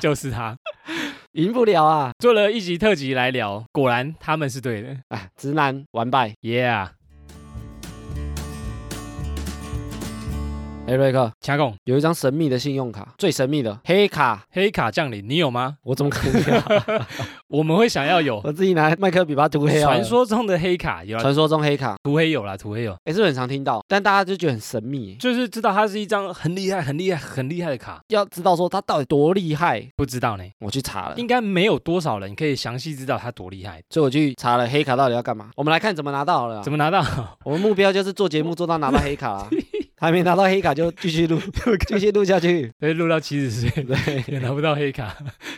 Speaker 1: 就是他。
Speaker 2: 赢不了啊！
Speaker 1: 做了一集特辑来聊，果然他们是对的
Speaker 2: 哎，直男完败。
Speaker 1: ，Yeah，
Speaker 2: 哎，瑞克，
Speaker 1: 强拱
Speaker 2: 有一张神秘的信用卡，最神秘的黑卡，
Speaker 1: 黑卡降临，你有吗？
Speaker 2: 我怎么可能有？
Speaker 1: 我们会想要有
Speaker 2: 我自己拿麦克笔把它涂黑好了
Speaker 1: 传说中的黑卡，有啦，啊
Speaker 2: 传说中黑卡，
Speaker 1: 涂黑有啦，涂黑有，
Speaker 2: 哎，是不是很常听到，但大家就觉得很神秘。欸
Speaker 1: 就是知道它是一张很厉害、很厉害、很厉害的卡，
Speaker 2: 要知道说它到底多厉害，
Speaker 1: 不知道呢，
Speaker 2: 我去查了，
Speaker 1: 应该没有多少人可以详细知道它多厉害，
Speaker 2: 所以我去查了黑卡到底要干嘛。我们来看怎么拿到好了啊
Speaker 1: 怎。么拿到？
Speaker 2: 我们目标就是做节目做到拿到黑卡啦，还没拿到黑卡就继 续录，继续录下去。
Speaker 1: 所以录到七十岁
Speaker 2: 对，
Speaker 1: 也拿不到黑 卡，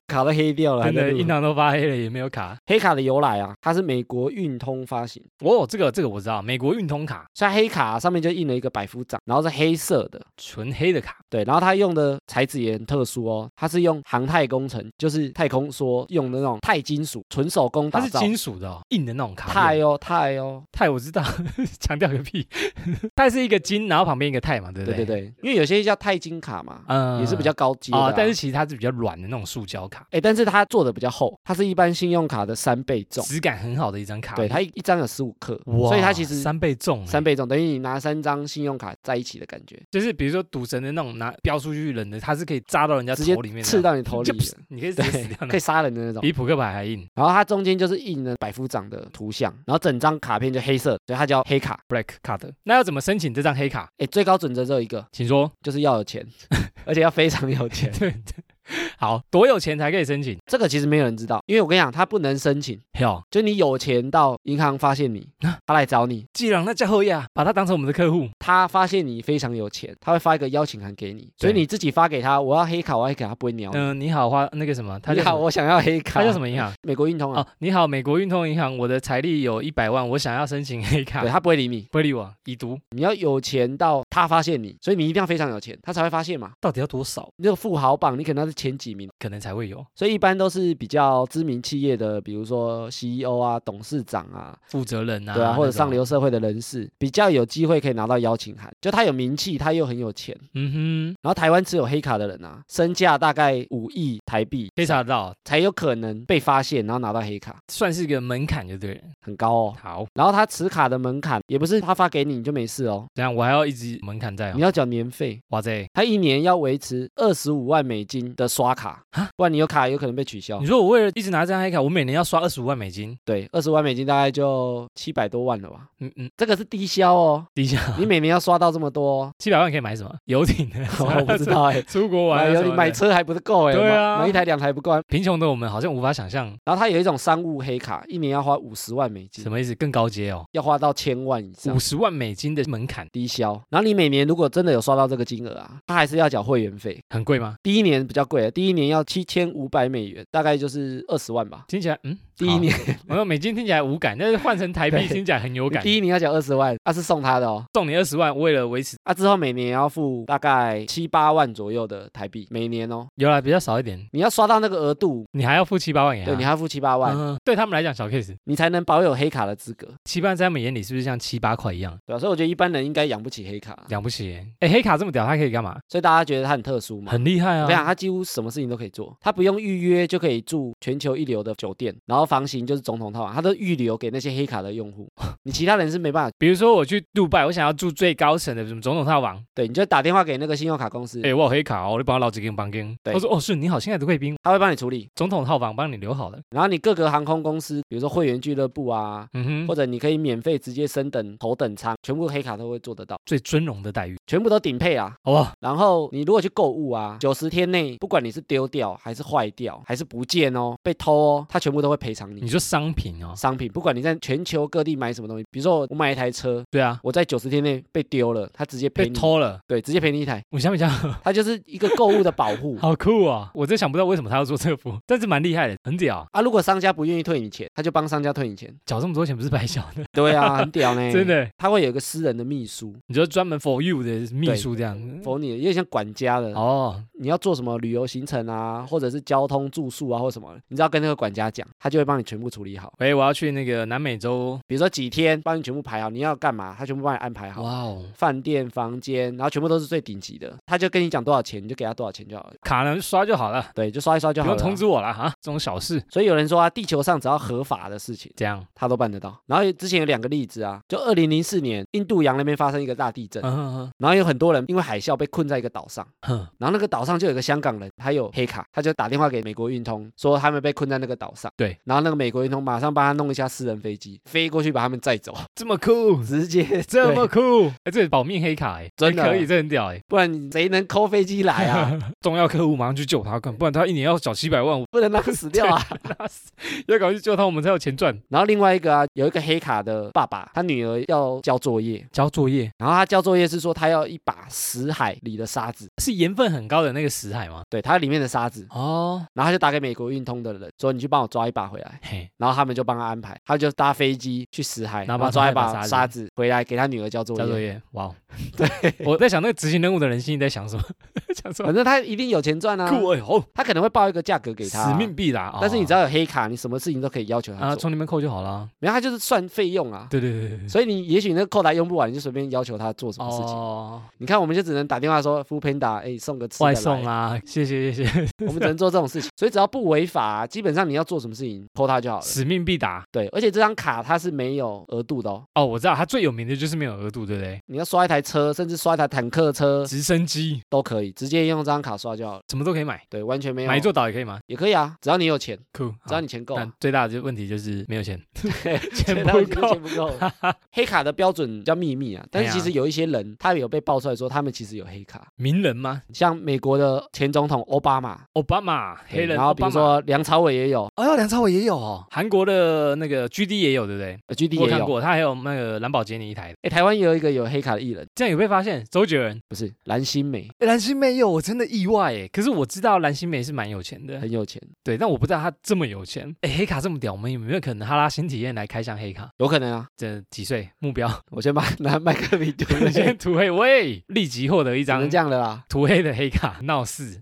Speaker 2: 卡都黑掉了，还
Speaker 1: 真
Speaker 2: 在
Speaker 1: 的
Speaker 2: 录
Speaker 1: 印堂都发黑了，也没有卡。
Speaker 2: 黑卡的由来啊，它是美国运通发行，
Speaker 1: 哦，这个这个我知道，美国运通卡，
Speaker 2: 所以黑卡、上面就印了一个百夫长，然后是黑色的。
Speaker 1: 纯黑的卡，
Speaker 2: 对，然后它用的材质也很特殊哦，它是用航太工程，就是太空梭用的那种钛金属，纯手工
Speaker 1: 它
Speaker 2: 打
Speaker 1: 是
Speaker 2: 造。
Speaker 1: 金属的、哦，硬的那种卡
Speaker 2: 钛
Speaker 1: 片。
Speaker 2: 哦，钛哦，
Speaker 1: 钛我知道，强调个屁，钛是一个金，然后旁边一个钛嘛，对不
Speaker 2: 对
Speaker 1: 对？
Speaker 2: 对对，因为有些叫钛金卡嘛，
Speaker 1: 嗯
Speaker 2: 也是比较高级的啊、
Speaker 1: 啊、但是其实它是比较软的那种塑胶卡，
Speaker 2: 哎，但是它做的比较厚，它是一般信用卡的三倍重，
Speaker 1: 质感很好的一张卡。
Speaker 2: 对，它一一张有十五克，
Speaker 1: 哇，
Speaker 2: 所以它其实
Speaker 1: 三倍重欸，
Speaker 2: 三倍重，等于你拿三张信用卡在一起的感觉，
Speaker 1: 就是比如说赌神的那种拿飙出去人的，它是可以扎到人家
Speaker 2: 直接
Speaker 1: 头里面的，
Speaker 2: 刺到你头里
Speaker 1: 就
Speaker 2: 的，
Speaker 1: 噗你可以直接死掉
Speaker 2: 对，可
Speaker 1: 的，
Speaker 2: 以杀人的那种。
Speaker 1: 比扑克牌还硬。
Speaker 2: 然后它中间就是印了百夫长的图像，然后整张卡片就黑色，所以它叫黑卡。
Speaker 1: Black Card，那要怎么申请这张黑卡？
Speaker 2: 哎，最高准则只有一个，
Speaker 1: 请说。
Speaker 2: 就是要有钱， 而且要非常 有钱。
Speaker 1: 对对，好，多有钱才可以申请？哦
Speaker 2: 这个其实没有人知道，因为我跟你讲，他不能申请，
Speaker 1: 哟，
Speaker 2: 就你有钱到银行发现你，
Speaker 1: 啊
Speaker 2: 他来找你，
Speaker 1: 既然那家伙呀，把他当成我们的客户，
Speaker 2: 他发现你非常有钱，他会发一个邀请函给你，所以
Speaker 1: 对
Speaker 2: 你自己发给他，我要黑卡，我要黑卡，他不会鸟你。
Speaker 1: 嗯、你好花那个什么，他
Speaker 2: 你
Speaker 1: 叫什
Speaker 2: 好，
Speaker 1: 么
Speaker 2: 我想要黑卡。
Speaker 1: 他叫什
Speaker 2: 么？
Speaker 1: 么银行？
Speaker 2: 美国运通啊，
Speaker 1: 哦，你好，美国运通银行，我的财力有一百万，我想要申请 黑卡
Speaker 2: 对，。他不会理你。
Speaker 1: 不理我，已读
Speaker 2: 你要有钱到他发现你，所以你一定要非常有钱，他才会发现嘛。
Speaker 1: 到底要多少，
Speaker 2: 你这个富豪榜，你可能要是前几名，
Speaker 1: 可能才会有
Speaker 2: 所以一般都是比较知名企业的，比如说 CEO 啊、董事长啊，
Speaker 1: 负责人啊，
Speaker 2: 对啊，或者
Speaker 1: 那种
Speaker 2: 上，流社会的人士，比较有机会可以拿到邀请函。就他有名气，他又很有钱。
Speaker 1: 嗯哼，
Speaker 2: 然后台湾只有黑卡的人啊，身价大概五亿台币，
Speaker 1: 可以查得到，
Speaker 2: 才有可能被发现，然后拿到黑卡，
Speaker 1: 算是一个门槛就对了。
Speaker 2: 很高哦。
Speaker 1: 好，
Speaker 2: 然后他持卡的门槛也不是他发给你你就没事哦，
Speaker 1: 这样我还要一直门槛在、
Speaker 2: 你
Speaker 1: 哦。
Speaker 2: 要缴年费，
Speaker 1: 哇塞，
Speaker 2: 他一年要维持二十五万美金的刷卡，不然你有卡有可能被取消
Speaker 1: 你。说我为了一直拿这张黑卡，我每年要刷二十五万美金，
Speaker 2: 对，二十万美金大概就七百多万了吧，
Speaker 1: 嗯嗯，
Speaker 2: 这个是低消哦，
Speaker 1: 底下
Speaker 2: 你每年要刷到这么多 哦、，
Speaker 1: 七百万可以买什么？ 游艇的
Speaker 2: 我不知道哎、
Speaker 1: 出国玩
Speaker 2: 买
Speaker 1: 啊什
Speaker 2: 有
Speaker 1: 么的
Speaker 2: 买车还不是够哎、
Speaker 1: 对啊
Speaker 2: 买买一台两台不够啊。
Speaker 1: 贫穷的我们好像无法想象
Speaker 2: 然后他有一种商务黑卡，一年要花五十万美金
Speaker 1: 什，么意思，更高阶哦，
Speaker 2: 要花到千万以上
Speaker 1: 五。十万美金的门槛
Speaker 2: 低消，然后你每年如果真的有刷到这个金额啊，他还是要缴会员费。
Speaker 1: 很贵吗？
Speaker 2: 第一年比较贵，啊第一年要七千五百美元，大概就是二十万吧。
Speaker 1: 听起来，嗯，
Speaker 2: 第一年，
Speaker 1: 好，我说美金听起来无感，但是换成台币
Speaker 2: 对
Speaker 1: 听起来很有感。
Speaker 2: 第一年要缴二十万，啊是送他的哦，
Speaker 1: 送你二十万，为了维持，
Speaker 2: 啊之后每年要付大概七八万左右的台币，每年哦，
Speaker 1: 有啦，比较少一点，
Speaker 2: 你要刷到那个额度，
Speaker 1: 你还要付七八万给他。
Speaker 2: 对你还要付七八万，
Speaker 1: 啊嗯，对他们来讲小 case，
Speaker 2: 你才能保有黑卡的资格，
Speaker 1: 七八万在他们眼里是不是像七八块一样？
Speaker 2: 对吧、所以我觉得一般人应该养不起黑卡，
Speaker 1: 了不起耶！哎，黑卡这么屌，它可以干嘛？
Speaker 2: 所以大家觉得他很特殊嘛。
Speaker 1: 很厉害
Speaker 2: 我跟你讲，
Speaker 1: 啊！
Speaker 2: 他几乎什么事情都可以做，他不用预约就可以住全球一流的酒店，然后房型就是总统套房，他都预留给那些黑卡的用 户。你其他人是没办法，
Speaker 1: 比如说我去杜拜，我想要住最高层的什么总统套房，
Speaker 2: 对，你就打电话给那个信用卡公司
Speaker 1: 哎、，我有黑卡哦，我就帮我老几根帮根。
Speaker 2: 对
Speaker 1: 他说哦，是你好，亲爱的贵宾，
Speaker 2: 他会帮你处理。
Speaker 1: 总统套房帮你留好了。
Speaker 2: 然后你各个航空公司，比如说会员俱乐部啊，
Speaker 1: 嗯
Speaker 2: 或
Speaker 1: 哼，
Speaker 2: 者你可以免费直接升等头等舱，全部黑卡都会做得到，
Speaker 1: 最尊荣的待遇，
Speaker 2: 全部都顶配啊。
Speaker 1: 好不好？
Speaker 2: 然后你如果去购物啊，九十天内不管你是丢掉还是坏掉还是不见哦，被偷哦，它全部都会赔偿你
Speaker 1: 你。说商品哦，
Speaker 2: 商品，不管你在全球各地买什么东西，比如说我买一台车，
Speaker 1: 对啊，
Speaker 2: 我在九十天内被丢了，它直接赔
Speaker 1: 被
Speaker 2: 你，嗯
Speaker 1: 偷了，
Speaker 2: 对，直接赔你一台，
Speaker 1: 我想不想？。
Speaker 2: 它就是一个购物的保护
Speaker 1: 好酷啊、我真想不到为什么他要做这个服务，但是蛮厉害的，很屌，
Speaker 2: 啊，如果商家不愿意退你钱，他就帮商家退 你钱。
Speaker 1: 缴这么多钱不是白缴的，
Speaker 2: 对啊，很屌 呢，
Speaker 1: 真。的。
Speaker 2: 他会有一个私人的秘书，
Speaker 1: 你就专门 for you 的秘书这样。
Speaker 2: 否你有点像管家的。
Speaker 1: 哦，
Speaker 2: 你要做什么旅游行程啊，或者是交通住宿啊，或什么，你只要跟那个管家讲，他就会帮你全部处理好。
Speaker 1: 喂，我要去那个南美洲，
Speaker 2: 比如说几天，帮你全部排好，你要干嘛，他全部帮你安排好。
Speaker 1: 哇哦，
Speaker 2: 饭店、房间，然后全部都是最顶级的，他就跟你讲多少钱，你就给他多少钱就好了。
Speaker 1: 卡能刷就好了，
Speaker 2: 对，就刷一刷就
Speaker 1: 不用
Speaker 2: 好了
Speaker 1: 通
Speaker 2: 啊。
Speaker 1: 知我了 哈，这种小事
Speaker 2: 所以有人说啊，地球上只要合法的事情，
Speaker 1: 这样。
Speaker 2: 他都办得到。然后之前有两个例子啊，就二零零四年印度洋那边发生一个大地震，
Speaker 1: 嗯哼哼
Speaker 2: 然后有很多人因为海啸被困在一个岛上，
Speaker 1: 哼，
Speaker 2: 然后那个岛上就有一个香港人，他有黑卡，他就打电话给美国运通，说他们被困在那个岛上。
Speaker 1: 对，
Speaker 2: 然后那个美国运通马上帮他弄一架私人飞机，飞过去把他们载走，
Speaker 1: 这么酷，
Speaker 2: 直接
Speaker 1: 这么
Speaker 2: 对
Speaker 1: 酷，哎，这保命黑卡哎，
Speaker 2: 真的
Speaker 1: 哎可以，这很屌哎。
Speaker 2: 不然谁能抠飞机来 啊？
Speaker 1: 重要客户马上去救他，不然他一年要缴七百万，我
Speaker 2: 不能让他死掉啊！
Speaker 1: 要赶快去救他，我们才有钱赚。
Speaker 2: 然后另外一个啊，有一个黑卡的爸爸，他女儿要交作业，
Speaker 1: 交作业
Speaker 2: 然后他交作业是说他要一把死海里的沙子，
Speaker 1: 是盐分很高的那个石海吗？
Speaker 2: 对，他里面的沙子。
Speaker 1: 哦，
Speaker 2: 然后他就打给美国运通的人说：“你去帮我抓一把回来。
Speaker 1: 嘿”，
Speaker 2: 然后他们就帮他安排，他就搭飞机去死海，
Speaker 1: 然
Speaker 2: 然
Speaker 1: 后
Speaker 2: 后抓一
Speaker 1: 帮他
Speaker 2: 把
Speaker 1: 把沙
Speaker 2: 沙子回来给他女儿交作
Speaker 1: 交作
Speaker 2: 业。
Speaker 1: 业，哇，对，我在想那个执行任务的人心里在想什么， 想说
Speaker 2: 反正他一定有钱赚啊，
Speaker 1: 酷哎，好，
Speaker 2: 他可能会报一个价格给他啊，
Speaker 1: 使命必达。哦
Speaker 2: 但是你只要有黑卡，你什么事情都可以要求他
Speaker 1: 啊，
Speaker 2: 做，
Speaker 1: 从里面扣就好了。
Speaker 2: 没有他就是算费用啊。
Speaker 1: 对对对对对。
Speaker 2: 所以你也许那个扣台用不完，你就随便要求他做什么事情。
Speaker 1: 哦，
Speaker 2: 你看，我们就只能打电话说 f o o Panda，哎，送个吃的
Speaker 1: 外
Speaker 2: 来
Speaker 1: 送，啊，谢谢谢谢，
Speaker 2: 我们只能做这种事情。所以只要不违法啊，基本上你要做什么事情扣他就好了。
Speaker 1: 使命必达。
Speaker 2: 对，而且这张卡它是没有额度的哦，
Speaker 1: 哦，我知道，它最有名的就是没有额度，对不对？
Speaker 2: 你要刷一台车，甚至刷一台坦克车
Speaker 1: 直升机
Speaker 2: 都可以，直接用这张卡刷就好了。
Speaker 1: 什么都可以买，
Speaker 2: 对，完全没有
Speaker 1: 买一座岛也可以吗？
Speaker 2: 也可以啊，只要你有钱，
Speaker 1: 酷，
Speaker 2: 只要
Speaker 1: 好
Speaker 2: 你钱够啊、
Speaker 1: 但最大的问题就是没有钱，
Speaker 2: 对
Speaker 1: 钱
Speaker 2: 他们
Speaker 1: 不
Speaker 2: 其实
Speaker 1: 够
Speaker 2: 钱。不够。 黑卡的标准叫秘密啊，但是
Speaker 1: 哎呀
Speaker 2: 其实有一些人，他有被爆出来说他们其实有黑卡，
Speaker 1: 名人吗？
Speaker 2: 像美国的前总统奥巴马，
Speaker 1: 奥巴马，黑人
Speaker 2: 然后
Speaker 1: 奥
Speaker 2: 比
Speaker 1: 巴
Speaker 2: 如
Speaker 1: 马，
Speaker 2: 说梁朝伟也有，
Speaker 1: 哎呦，梁朝伟也有哦，韩国的那个 GD 也有，对不对？
Speaker 2: 呃 GD
Speaker 1: 我
Speaker 2: 也
Speaker 1: 看
Speaker 2: 有，
Speaker 1: 过，他还有那个兰博基尼一台，
Speaker 2: 哎，台湾也有一个有黑卡的艺人，
Speaker 1: 这样有被发现。周杰伦，
Speaker 2: 不是蓝心湄，
Speaker 1: 诶蓝心湄也有，我真的意外哎。可是我知道蓝心湄是蛮有钱的，
Speaker 2: 很有钱，
Speaker 1: 对，但我不知道他这么有钱。哎，黑卡这么屌，我们有没有可能哈拉新体验来开箱黑卡？
Speaker 2: 有可能啊。
Speaker 1: 这几岁目标？
Speaker 2: 我先把拿麦克笔丢
Speaker 1: 我
Speaker 2: 了，
Speaker 1: 先涂黑，喂，立即获得一
Speaker 2: 只
Speaker 1: 张
Speaker 2: 能这样了啦。
Speaker 1: 涂黑的黑卡，闹事。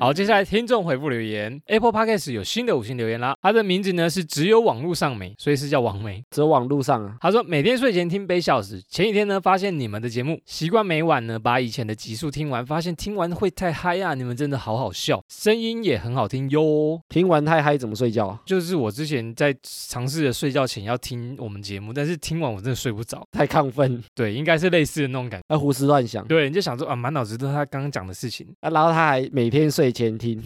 Speaker 1: 好，接下来听众回复留言，Apple Podcast 有新的五星留言啦。他的名字呢是只有网络上美，所以是叫网媒。
Speaker 2: 只有网路上啊，
Speaker 1: 他说每天睡前听杯小时，前几天呢发现你们的节目，习惯每晚呢把以前的集数听完，发现听完会太嗨啊，你们真的好好笑，声音也很好听哟。
Speaker 2: 听完太嗨怎么睡觉啊？
Speaker 1: 就是我之前在尝试着睡觉前要听我们节目，但是听完我真的睡不着。
Speaker 2: 太亢奋，
Speaker 1: 对，应该是类似的那种感觉。
Speaker 2: 还胡思乱想。
Speaker 1: 对，你就想说啊，满脑子都是他刚刚讲的事情，
Speaker 2: 啊然后他还每天睡前听，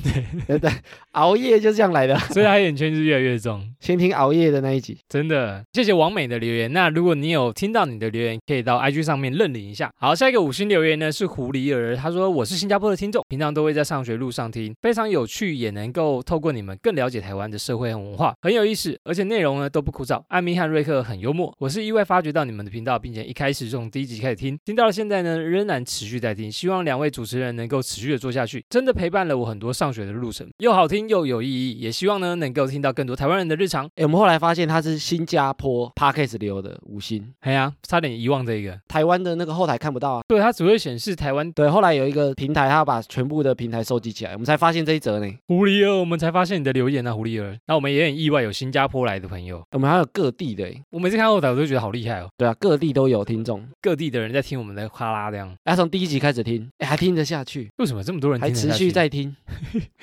Speaker 2: 对对，熬夜就这样来的。
Speaker 1: 所以他眼圈是越来越重。
Speaker 2: 先听熬夜的那一集，
Speaker 1: 真的，谢谢王美的留言。那如果你有听到你的留言，可以到 IG 上面认领一下。好，下一个五星留言呢是狐狸儿，他说我是新加坡的听众，平常都会在上学路上听，非常有趣，也能够透过你们更了解台湾的社会和文化，很有意思，而且内容呢都不枯燥。艾米和瑞克很幽默，我是意外发掘到你们的频道，并且一开始从第一集开始听，听到了现在呢仍然持续在听，希望两位主持人能够持续的做下去，真的陪伴了我很多上学的路程，又好听又有意义，也希望呢能够听到更多台湾人的日常。
Speaker 2: 哎，我们后来发现他是新加坡 Parkes 留的五星，
Speaker 1: 哎呀，差点遗忘这一个。
Speaker 2: 台湾的那个后台看不到啊。
Speaker 1: 对，它只会显示台湾
Speaker 2: 对，后来有一个平台，他把全部的平台收集起来，我们才发现这一则呢。
Speaker 1: 狐狸儿，我们才发现你的留言啊，狐狸儿。那我们也很意外，有新加坡来的朋友。
Speaker 2: 我们还有各地的欸，
Speaker 1: 我每次看后台，我都觉得好厉害哦，
Speaker 2: 对啊，各地都有听众。
Speaker 1: 各地的人在听我们的哈拉这样。
Speaker 2: 哎他从第一集开始听，哎，还听得下去，
Speaker 1: 为什么这么多人
Speaker 2: 还
Speaker 1: 听得
Speaker 2: 持
Speaker 1: 下
Speaker 2: 续
Speaker 1: 去？
Speaker 2: 在听，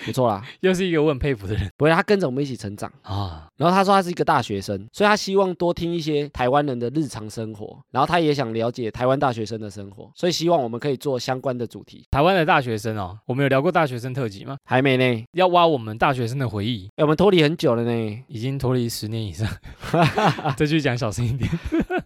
Speaker 2: 不错啦。
Speaker 1: 又是一个我很佩服的人
Speaker 2: 不会，他跟着我们一起成长。
Speaker 1: 啊。
Speaker 2: 然后他说他是一个大学生，所以他希望多听一些台湾人的日常生活，然后他也想了解台湾大学生的生活，所以希望我们可以做相关的主题。
Speaker 1: 台湾的大学生哦，我们有聊过大学生特辑吗？
Speaker 2: 还没呢，
Speaker 1: 要挖我们大学生的回忆，
Speaker 2: 哎我们脱离很久了呢，
Speaker 1: 已经脱离十年以上。这句讲小声一点。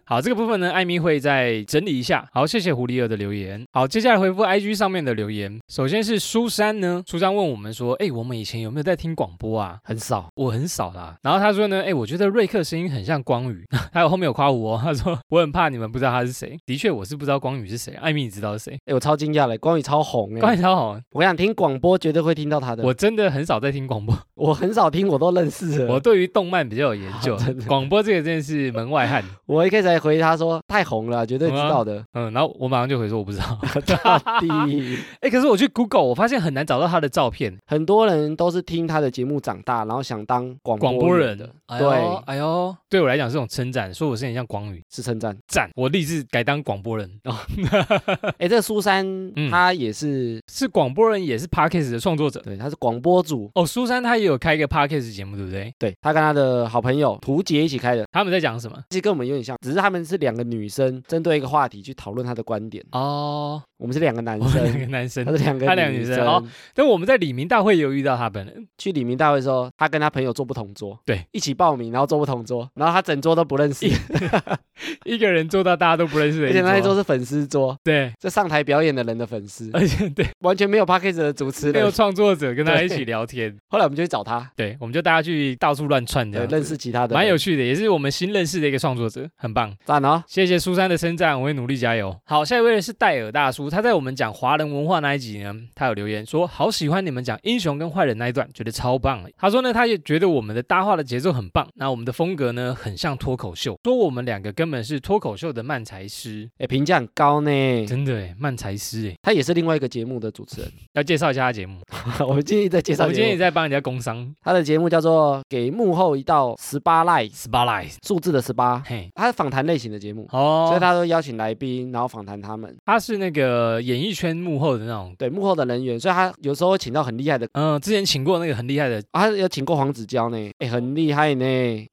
Speaker 1: 好，这个部分呢，艾米会再整理一下。好，谢谢狐狸儿的留言。好，接下来回复 IG 上面的留言。首先是苏珊呢，苏珊问我们说，哎、我们以前有没有在听广播啊？
Speaker 2: 很少。
Speaker 1: 我很少啦。然后他说呢，哎、我觉得瑞克声音很像光宇， 还有后面有夸我、哦， 他说我很怕你们不知道他是谁。的确，我是不知道光宇是谁，艾米你知道是谁？
Speaker 2: 哎、我超惊讶嘞，光宇超红
Speaker 1: 关
Speaker 2: 哎！
Speaker 1: 于他好，
Speaker 2: 我想听广播，绝对会听到他的。
Speaker 1: 我
Speaker 2: 我
Speaker 1: 真的很少在听广播，
Speaker 2: 我很少听，我都认识了。
Speaker 1: 我
Speaker 2: 我
Speaker 1: 对于动漫比较有研究
Speaker 2: 好真的，
Speaker 1: 广播这个真的是门外汉。
Speaker 2: 我一开始还回他说太红了，绝对知 道的。
Speaker 1: 嗯，然后我马上就回说我不知道。
Speaker 2: 到底
Speaker 1: 哎、可是我去 Google，我发现很难找到他的照片。
Speaker 2: 很多人都是听他的节目长大，然后想当广
Speaker 1: 广播
Speaker 2: 人
Speaker 1: 人
Speaker 2: 的，
Speaker 1: 哎
Speaker 2: 对
Speaker 1: 呦哎呦，对我来讲是种称赞，说我是很像广宇，
Speaker 2: 是称赞。
Speaker 1: 赞！我立志改当广播人，哦
Speaker 2: 哎，这个苏珊
Speaker 1: 嗯
Speaker 2: 她也是，
Speaker 1: 是广播人也是 Parkes 的创作者。
Speaker 2: 对，她是广播主。
Speaker 1: 哦，苏珊她也有开一个 Parkes 节目，对不对？
Speaker 2: 对她跟她的好朋友涂杰一起开的，
Speaker 1: 他们在讲什么？
Speaker 2: 其实跟我们有点像，只是他们是两个女生针对一个话题去讨论她的观点，
Speaker 1: 哦，
Speaker 2: 我们是两个男
Speaker 1: 我们两个
Speaker 2: 生，
Speaker 1: 男生
Speaker 2: 她，是两
Speaker 1: 她
Speaker 2: 个
Speaker 1: 两个
Speaker 2: 女
Speaker 1: 女生哦但我们在李明大会也有遇到他本人，
Speaker 2: 去李明大会的时候，他跟他朋友坐不同桌，
Speaker 1: 对，
Speaker 2: 一起报名，然后坐不同桌，然后他整桌都不认识，
Speaker 1: 一个人做到大家都不认识的
Speaker 2: 而
Speaker 1: 一
Speaker 2: 且
Speaker 1: 桌，
Speaker 2: 那一桌是粉丝桌，
Speaker 1: 对，
Speaker 2: 这上台表演的人的粉丝，
Speaker 1: 而且对
Speaker 2: 完全没有 p a c k a g e 的主持
Speaker 1: 没有
Speaker 2: 人。
Speaker 1: 创作者跟他
Speaker 2: 对
Speaker 1: 一起聊天，
Speaker 2: 后来我们就去找他，
Speaker 1: 对，我们就大家去到处乱窜这
Speaker 2: 对，
Speaker 1: 样，
Speaker 2: 认识其他的人，
Speaker 1: 蛮有趣的，也是我们新认识的一个创作者，很棒。
Speaker 2: 赞哦。
Speaker 1: 谢谢苏珊的称赞，我会努力加油。好，下一位是戴尔大叔，他在我们讲华人文化那一集呢，他有留言说好喜欢你们讲英雄跟坏人那一段，觉得超棒。他说呢，他也觉得我们的搭话的节奏很棒，那我们的风格呢很像脱口秀，说我们两个根本是脱口秀的慢才师，
Speaker 2: 哎，评价很高呢。
Speaker 1: 真的诶，慢才师欸诶，
Speaker 2: 他也是另外一个节目的主持人。
Speaker 1: 要介绍一下他节目，
Speaker 2: 我们今天一直在介
Speaker 1: 我
Speaker 2: 绍
Speaker 1: 们今天
Speaker 2: 节
Speaker 1: 也
Speaker 2: 目，
Speaker 1: 在帮人家工商
Speaker 2: 他的节目叫做《给幕后一道十八赖》，
Speaker 1: spotlight，
Speaker 2: 数字的十八，
Speaker 1: 嘿。
Speaker 2: 他是访谈类型的节目，所
Speaker 1: 哦
Speaker 2: 以，他都邀请来宾，然后访谈他们。
Speaker 1: 他是那个演艺圈幕后的那种，
Speaker 2: 对幕后的人员，所以他有时候会请到很厉害的
Speaker 1: 嗯、之前请过那个很厉害的，
Speaker 2: 啊，有请过黄子佼呢，哎、很厉害呢、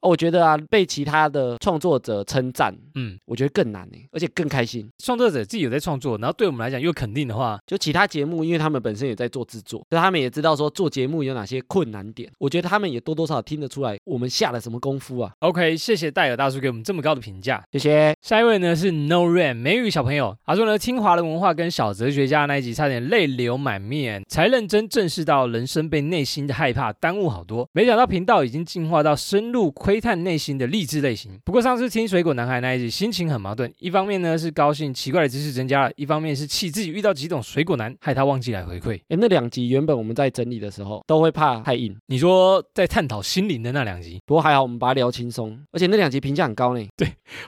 Speaker 2: 哦。我觉得啊，被其他的创作者称赞，
Speaker 1: 嗯，
Speaker 2: 我觉得更难呢、而且更开心。
Speaker 1: 创作者自己有在创作，然后对我们来讲又肯定的话，
Speaker 2: 就其他节目，因为他们本身也在做制作，所以他们也知道说做节目有哪些困难点。我觉得他们也多多少少听得出来我们下了什么功夫啊。
Speaker 1: OK，谢谢戴尔大叔给我们这么高的评价。
Speaker 2: 谢谢，
Speaker 1: 下一位呢是 No Rain 美语小朋友，他说呢，清华的文化跟小哲学家那一集差点泪流满面，才认真正视到人生被内心的害怕耽误好多。没想到频道已经进化到深入窥探内心的励志类型。不过上次听水果男孩那一集，心情很矛盾，一方面呢是高兴奇怪的知识增加了，一方面是气自己遇到几种水果男，害他忘记来回馈。
Speaker 2: 哎，那两集原本我们在整理的时候都会怕太硬，
Speaker 1: 你说在探讨心灵的那两集，
Speaker 2: 不过还好我们把它聊轻松，而且那两集评价很高呢，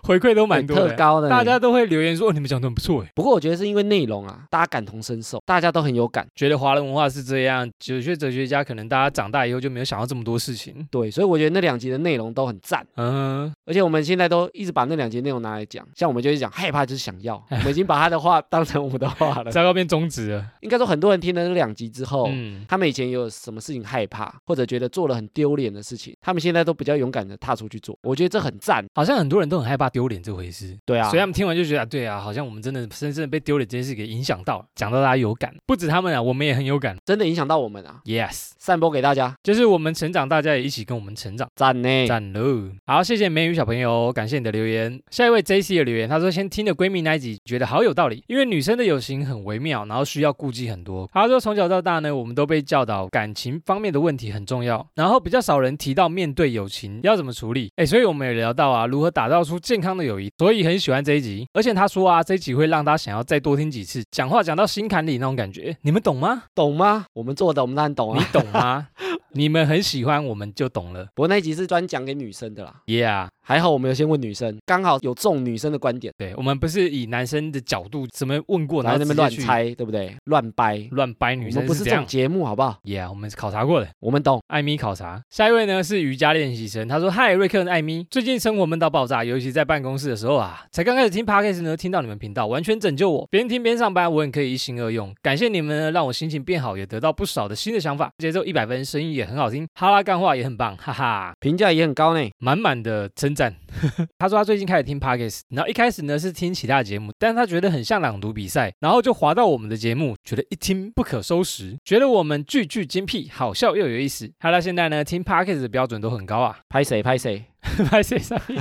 Speaker 1: 回馈都蛮多
Speaker 2: 特
Speaker 1: 的。
Speaker 2: 高的欸呢。
Speaker 1: 大家都会留言说、哦、你们讲的很不错哎，
Speaker 2: 不过我觉得是因为内容啊，大家感同身受，大家都很有感。
Speaker 1: 觉得华人文化是这样，有些哲学家可能大家长大以后就没有想到这么多事情。
Speaker 2: 对，所以我觉得那两集的内容都很赞，
Speaker 1: 嗯，
Speaker 2: 而且我们现在都一直把那两集内容拿来讲，像我们就是讲害怕就是想要，我们已经把他的话 当成我们的话了。
Speaker 1: 糟糕，变中指了。
Speaker 2: 应该说很多人听了这两集之后，
Speaker 1: 嗯，
Speaker 2: 他们以前有什么事情害怕，或者觉得做了很丢脸的事情，他们现在都比较勇敢的踏出去做，我觉得这很赞。
Speaker 1: 好像很多人都很害怕丢脸这回事，
Speaker 2: 对啊
Speaker 1: 所以，他们听完就觉得，啊对啊，好像我们真的深深的被丢脸这件事给影响到了，讲到大家有感，不止他们啊，我们也很有感。
Speaker 2: 真的影响到我们啊，
Speaker 1: Yes，
Speaker 2: 散播给大家，
Speaker 1: 就是我们成长，大家也一起跟我们成长。
Speaker 2: 赞呢。
Speaker 1: 赞喽！好，谢谢美女小朋友，感谢你的留言。下一位 J C 的留言，她说先听了闺蜜那一集，觉得好有道理，因为女生的友情很微妙，然后需要顾忌很多。她说从小到大呢，我们都被教导感情方面的问题很重要，然后比较少人提到面对友情要怎么处理。哎，所以我们也聊到啊，如何打造出健康的友谊，所以很喜欢这一集。而且她说啊，这一集会让她想要再多听几次，讲话讲到心坎里那种感觉，你们懂吗？
Speaker 2: 懂吗？我们做的，我们当然懂
Speaker 1: 你
Speaker 2: 啊。
Speaker 1: 懂吗？你们很喜欢，我们就懂了。
Speaker 2: 不过那一集是专讲给女生的啦，
Speaker 1: Yeah。
Speaker 2: 还好我们有先问女生，刚好有中女生的观点，
Speaker 1: 对我们不是以男生的角度怎么问过，
Speaker 2: 然后
Speaker 1: 直
Speaker 2: 那
Speaker 1: 接
Speaker 2: 边乱
Speaker 1: 去
Speaker 2: 猜，对不对？乱掰，
Speaker 1: 乱掰
Speaker 2: 我
Speaker 1: 女
Speaker 2: 们
Speaker 1: 生
Speaker 2: 不
Speaker 1: 是
Speaker 2: 是
Speaker 1: 这
Speaker 2: 这种
Speaker 1: 样。
Speaker 2: 节目，好不好？
Speaker 1: Yeah，我们是考察过的。
Speaker 2: 我们懂。
Speaker 1: 艾米考察，下一位呢是瑜伽练习生，他说：“嗨，瑞克跟艾米，最近生活闷到爆炸，尤其在办公室的时候啊，才刚开始听 podcast 呢，听到你们频道完全拯救我，边听边上班，我很可以一心二用。感谢你们呢，让我心情变好，也得到不少的新的想法，节奏一百分，声音也很好听，哈拉干话也很棒，哈哈。”
Speaker 2: 评价也很高呢。
Speaker 1: 满满的称赞。 他说他最近开始听 podcast，然后一开始呢是听其他节目，但是他觉得很像朗读比赛，然后就滑到我们的节目，觉得一听不可收拾，觉得我们句句精辟，好笑又有意思。他 到现在呢听 podcast 的标准都很高啊，
Speaker 2: 拍谁拍谁，
Speaker 1: 拍谁上面？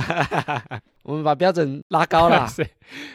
Speaker 2: 我们把标准拉 高啦。
Speaker 1: 是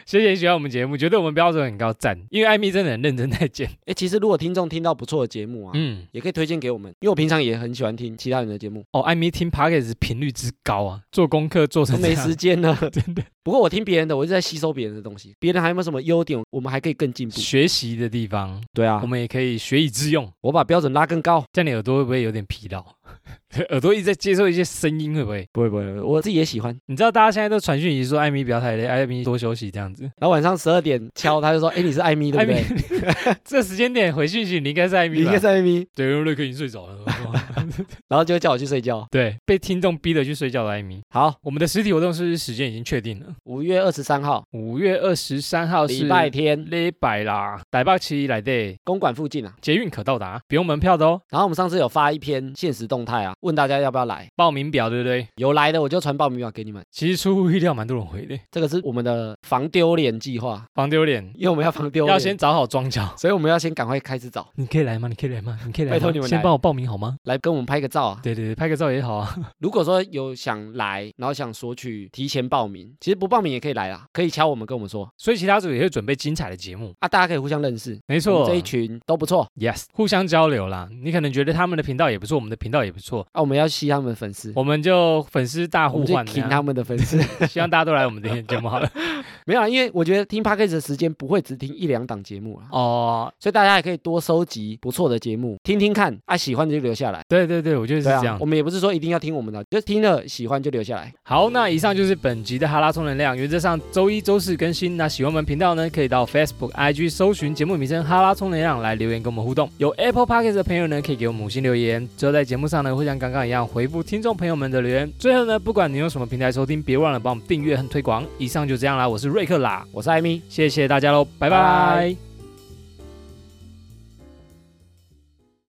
Speaker 1: 谢谢你喜欢我们节目，觉得我们标准很高，赞！因为艾米真的很认真在剪，
Speaker 2: 哎、其实如果听众听到不错的节目啊，
Speaker 1: 嗯，
Speaker 2: 也可以推荐给我们，因为我平常也很喜欢听其他人的节 目，
Speaker 1: 哦，艾米听 p o d c a s 频率之高啊，做功课做
Speaker 2: 都
Speaker 1: 成
Speaker 2: 没
Speaker 1: 这样
Speaker 2: 时，间了。
Speaker 1: 真的
Speaker 2: 不过我听别人的，我一直在吸收别人的东西，别人还有没有什么优点，我们还可以更进步。
Speaker 1: 学习的地方，
Speaker 2: 对啊
Speaker 1: 我，们也可以学以致用。
Speaker 2: 我把标准拉更高。
Speaker 1: 这样你耳朵会不会有点疲劳？ 耳朵一直在接受一些声音，会不会？
Speaker 2: 不会不会，我自己也喜欢。
Speaker 1: 你知道大家现在都传讯息说艾米不要太累，艾米多休息这样子。
Speaker 2: 然后晚上十二点敲，他就说：“哎、你是艾米对
Speaker 1: 艾
Speaker 2: 不
Speaker 1: 米
Speaker 2: 对？，
Speaker 1: 这时间点回讯息，你应该是艾
Speaker 2: 你
Speaker 1: 米
Speaker 2: 应
Speaker 1: 吧
Speaker 2: 该？是艾 米。
Speaker 1: 对，因为瑞克已经睡着了。”
Speaker 2: 然后就叫我去睡觉。
Speaker 1: 对，被听众逼着去睡觉的艾米。
Speaker 2: 好，
Speaker 1: 我们的实体活动是时间已经确定了，
Speaker 2: 五月二十三号，
Speaker 1: 五月二十三号是
Speaker 2: 礼拜天，
Speaker 1: 礼拜啦，台北市来的
Speaker 2: 公馆附近啊。
Speaker 1: 捷运可到达，不用门票的哦。
Speaker 2: 然后我们上次有发一篇现实动态啊，问大家要不要来，
Speaker 1: 报名表对不对？
Speaker 2: 有来的我就传报名表给你们。
Speaker 1: 其实出乎意料，蛮多人回的，
Speaker 2: 这个是我们的防丢脸计划，
Speaker 1: 防丢脸，
Speaker 2: 因为我们要防丢脸，
Speaker 1: 要先，找好庄脚。
Speaker 2: 所以我们要先赶快开始找，
Speaker 1: 你可以来吗？你可以来吗？你可以来吗？
Speaker 2: 拜托你们来
Speaker 1: 先帮我报名好吗？
Speaker 2: 来跟我们拍个照啊。
Speaker 1: 对对对，拍个照也好 啊。
Speaker 2: 如果说有想来，然后想索取提前报名，其实不报名也可以来啦，可以敲我们跟我们说
Speaker 1: 所以其他组也会准备精彩的节目，
Speaker 2: 啊，大家可以互相认识，
Speaker 1: 没
Speaker 2: 我
Speaker 1: 错
Speaker 2: 们这一群都不错
Speaker 1: ，yes，互相交流啦。你可能觉得他们的频道也不错，我们的频道也不错，
Speaker 2: 啊，我们要吸他们的粉丝，
Speaker 1: 我们就粉丝大
Speaker 2: 我
Speaker 1: 互
Speaker 2: 们去
Speaker 1: 换
Speaker 2: 听
Speaker 1: 啊，
Speaker 2: 他们的粉丝。
Speaker 1: 希望大家都来我们的节目好了。
Speaker 2: 没有啦，因为我觉得听 podcast 的时间不会只听一两档节目啦。
Speaker 1: 哦，
Speaker 2: 所以大家也可以多收集不错的节目，听听看啊，喜欢的就留下来。
Speaker 1: 对对对，我觉得是
Speaker 2: 对
Speaker 1: 这
Speaker 2: 啊
Speaker 1: 样，
Speaker 2: 我。们也不是说一定要听我们的，就听了喜欢就留下来。
Speaker 1: 好，那以上就是本集的哈拉充能量，原则上周一、周四更新。那喜欢我们频道呢，可以到 Facebook、IG 搜寻节目名称“哈拉充能量”来留言跟我们互动。有 Apple Podcast 的朋友呢，可以给我们五星留言，之后在节目上呢会像刚刚一样回复听众朋友们的留言。最后呢，不管你用什么平台收听，别忘了帮我们订阅和推广。以上就这样啦，我是瑞克啦，
Speaker 2: 我是艾米，
Speaker 1: 谢谢大家喽，拜
Speaker 2: 拜
Speaker 1: 拜
Speaker 2: 拜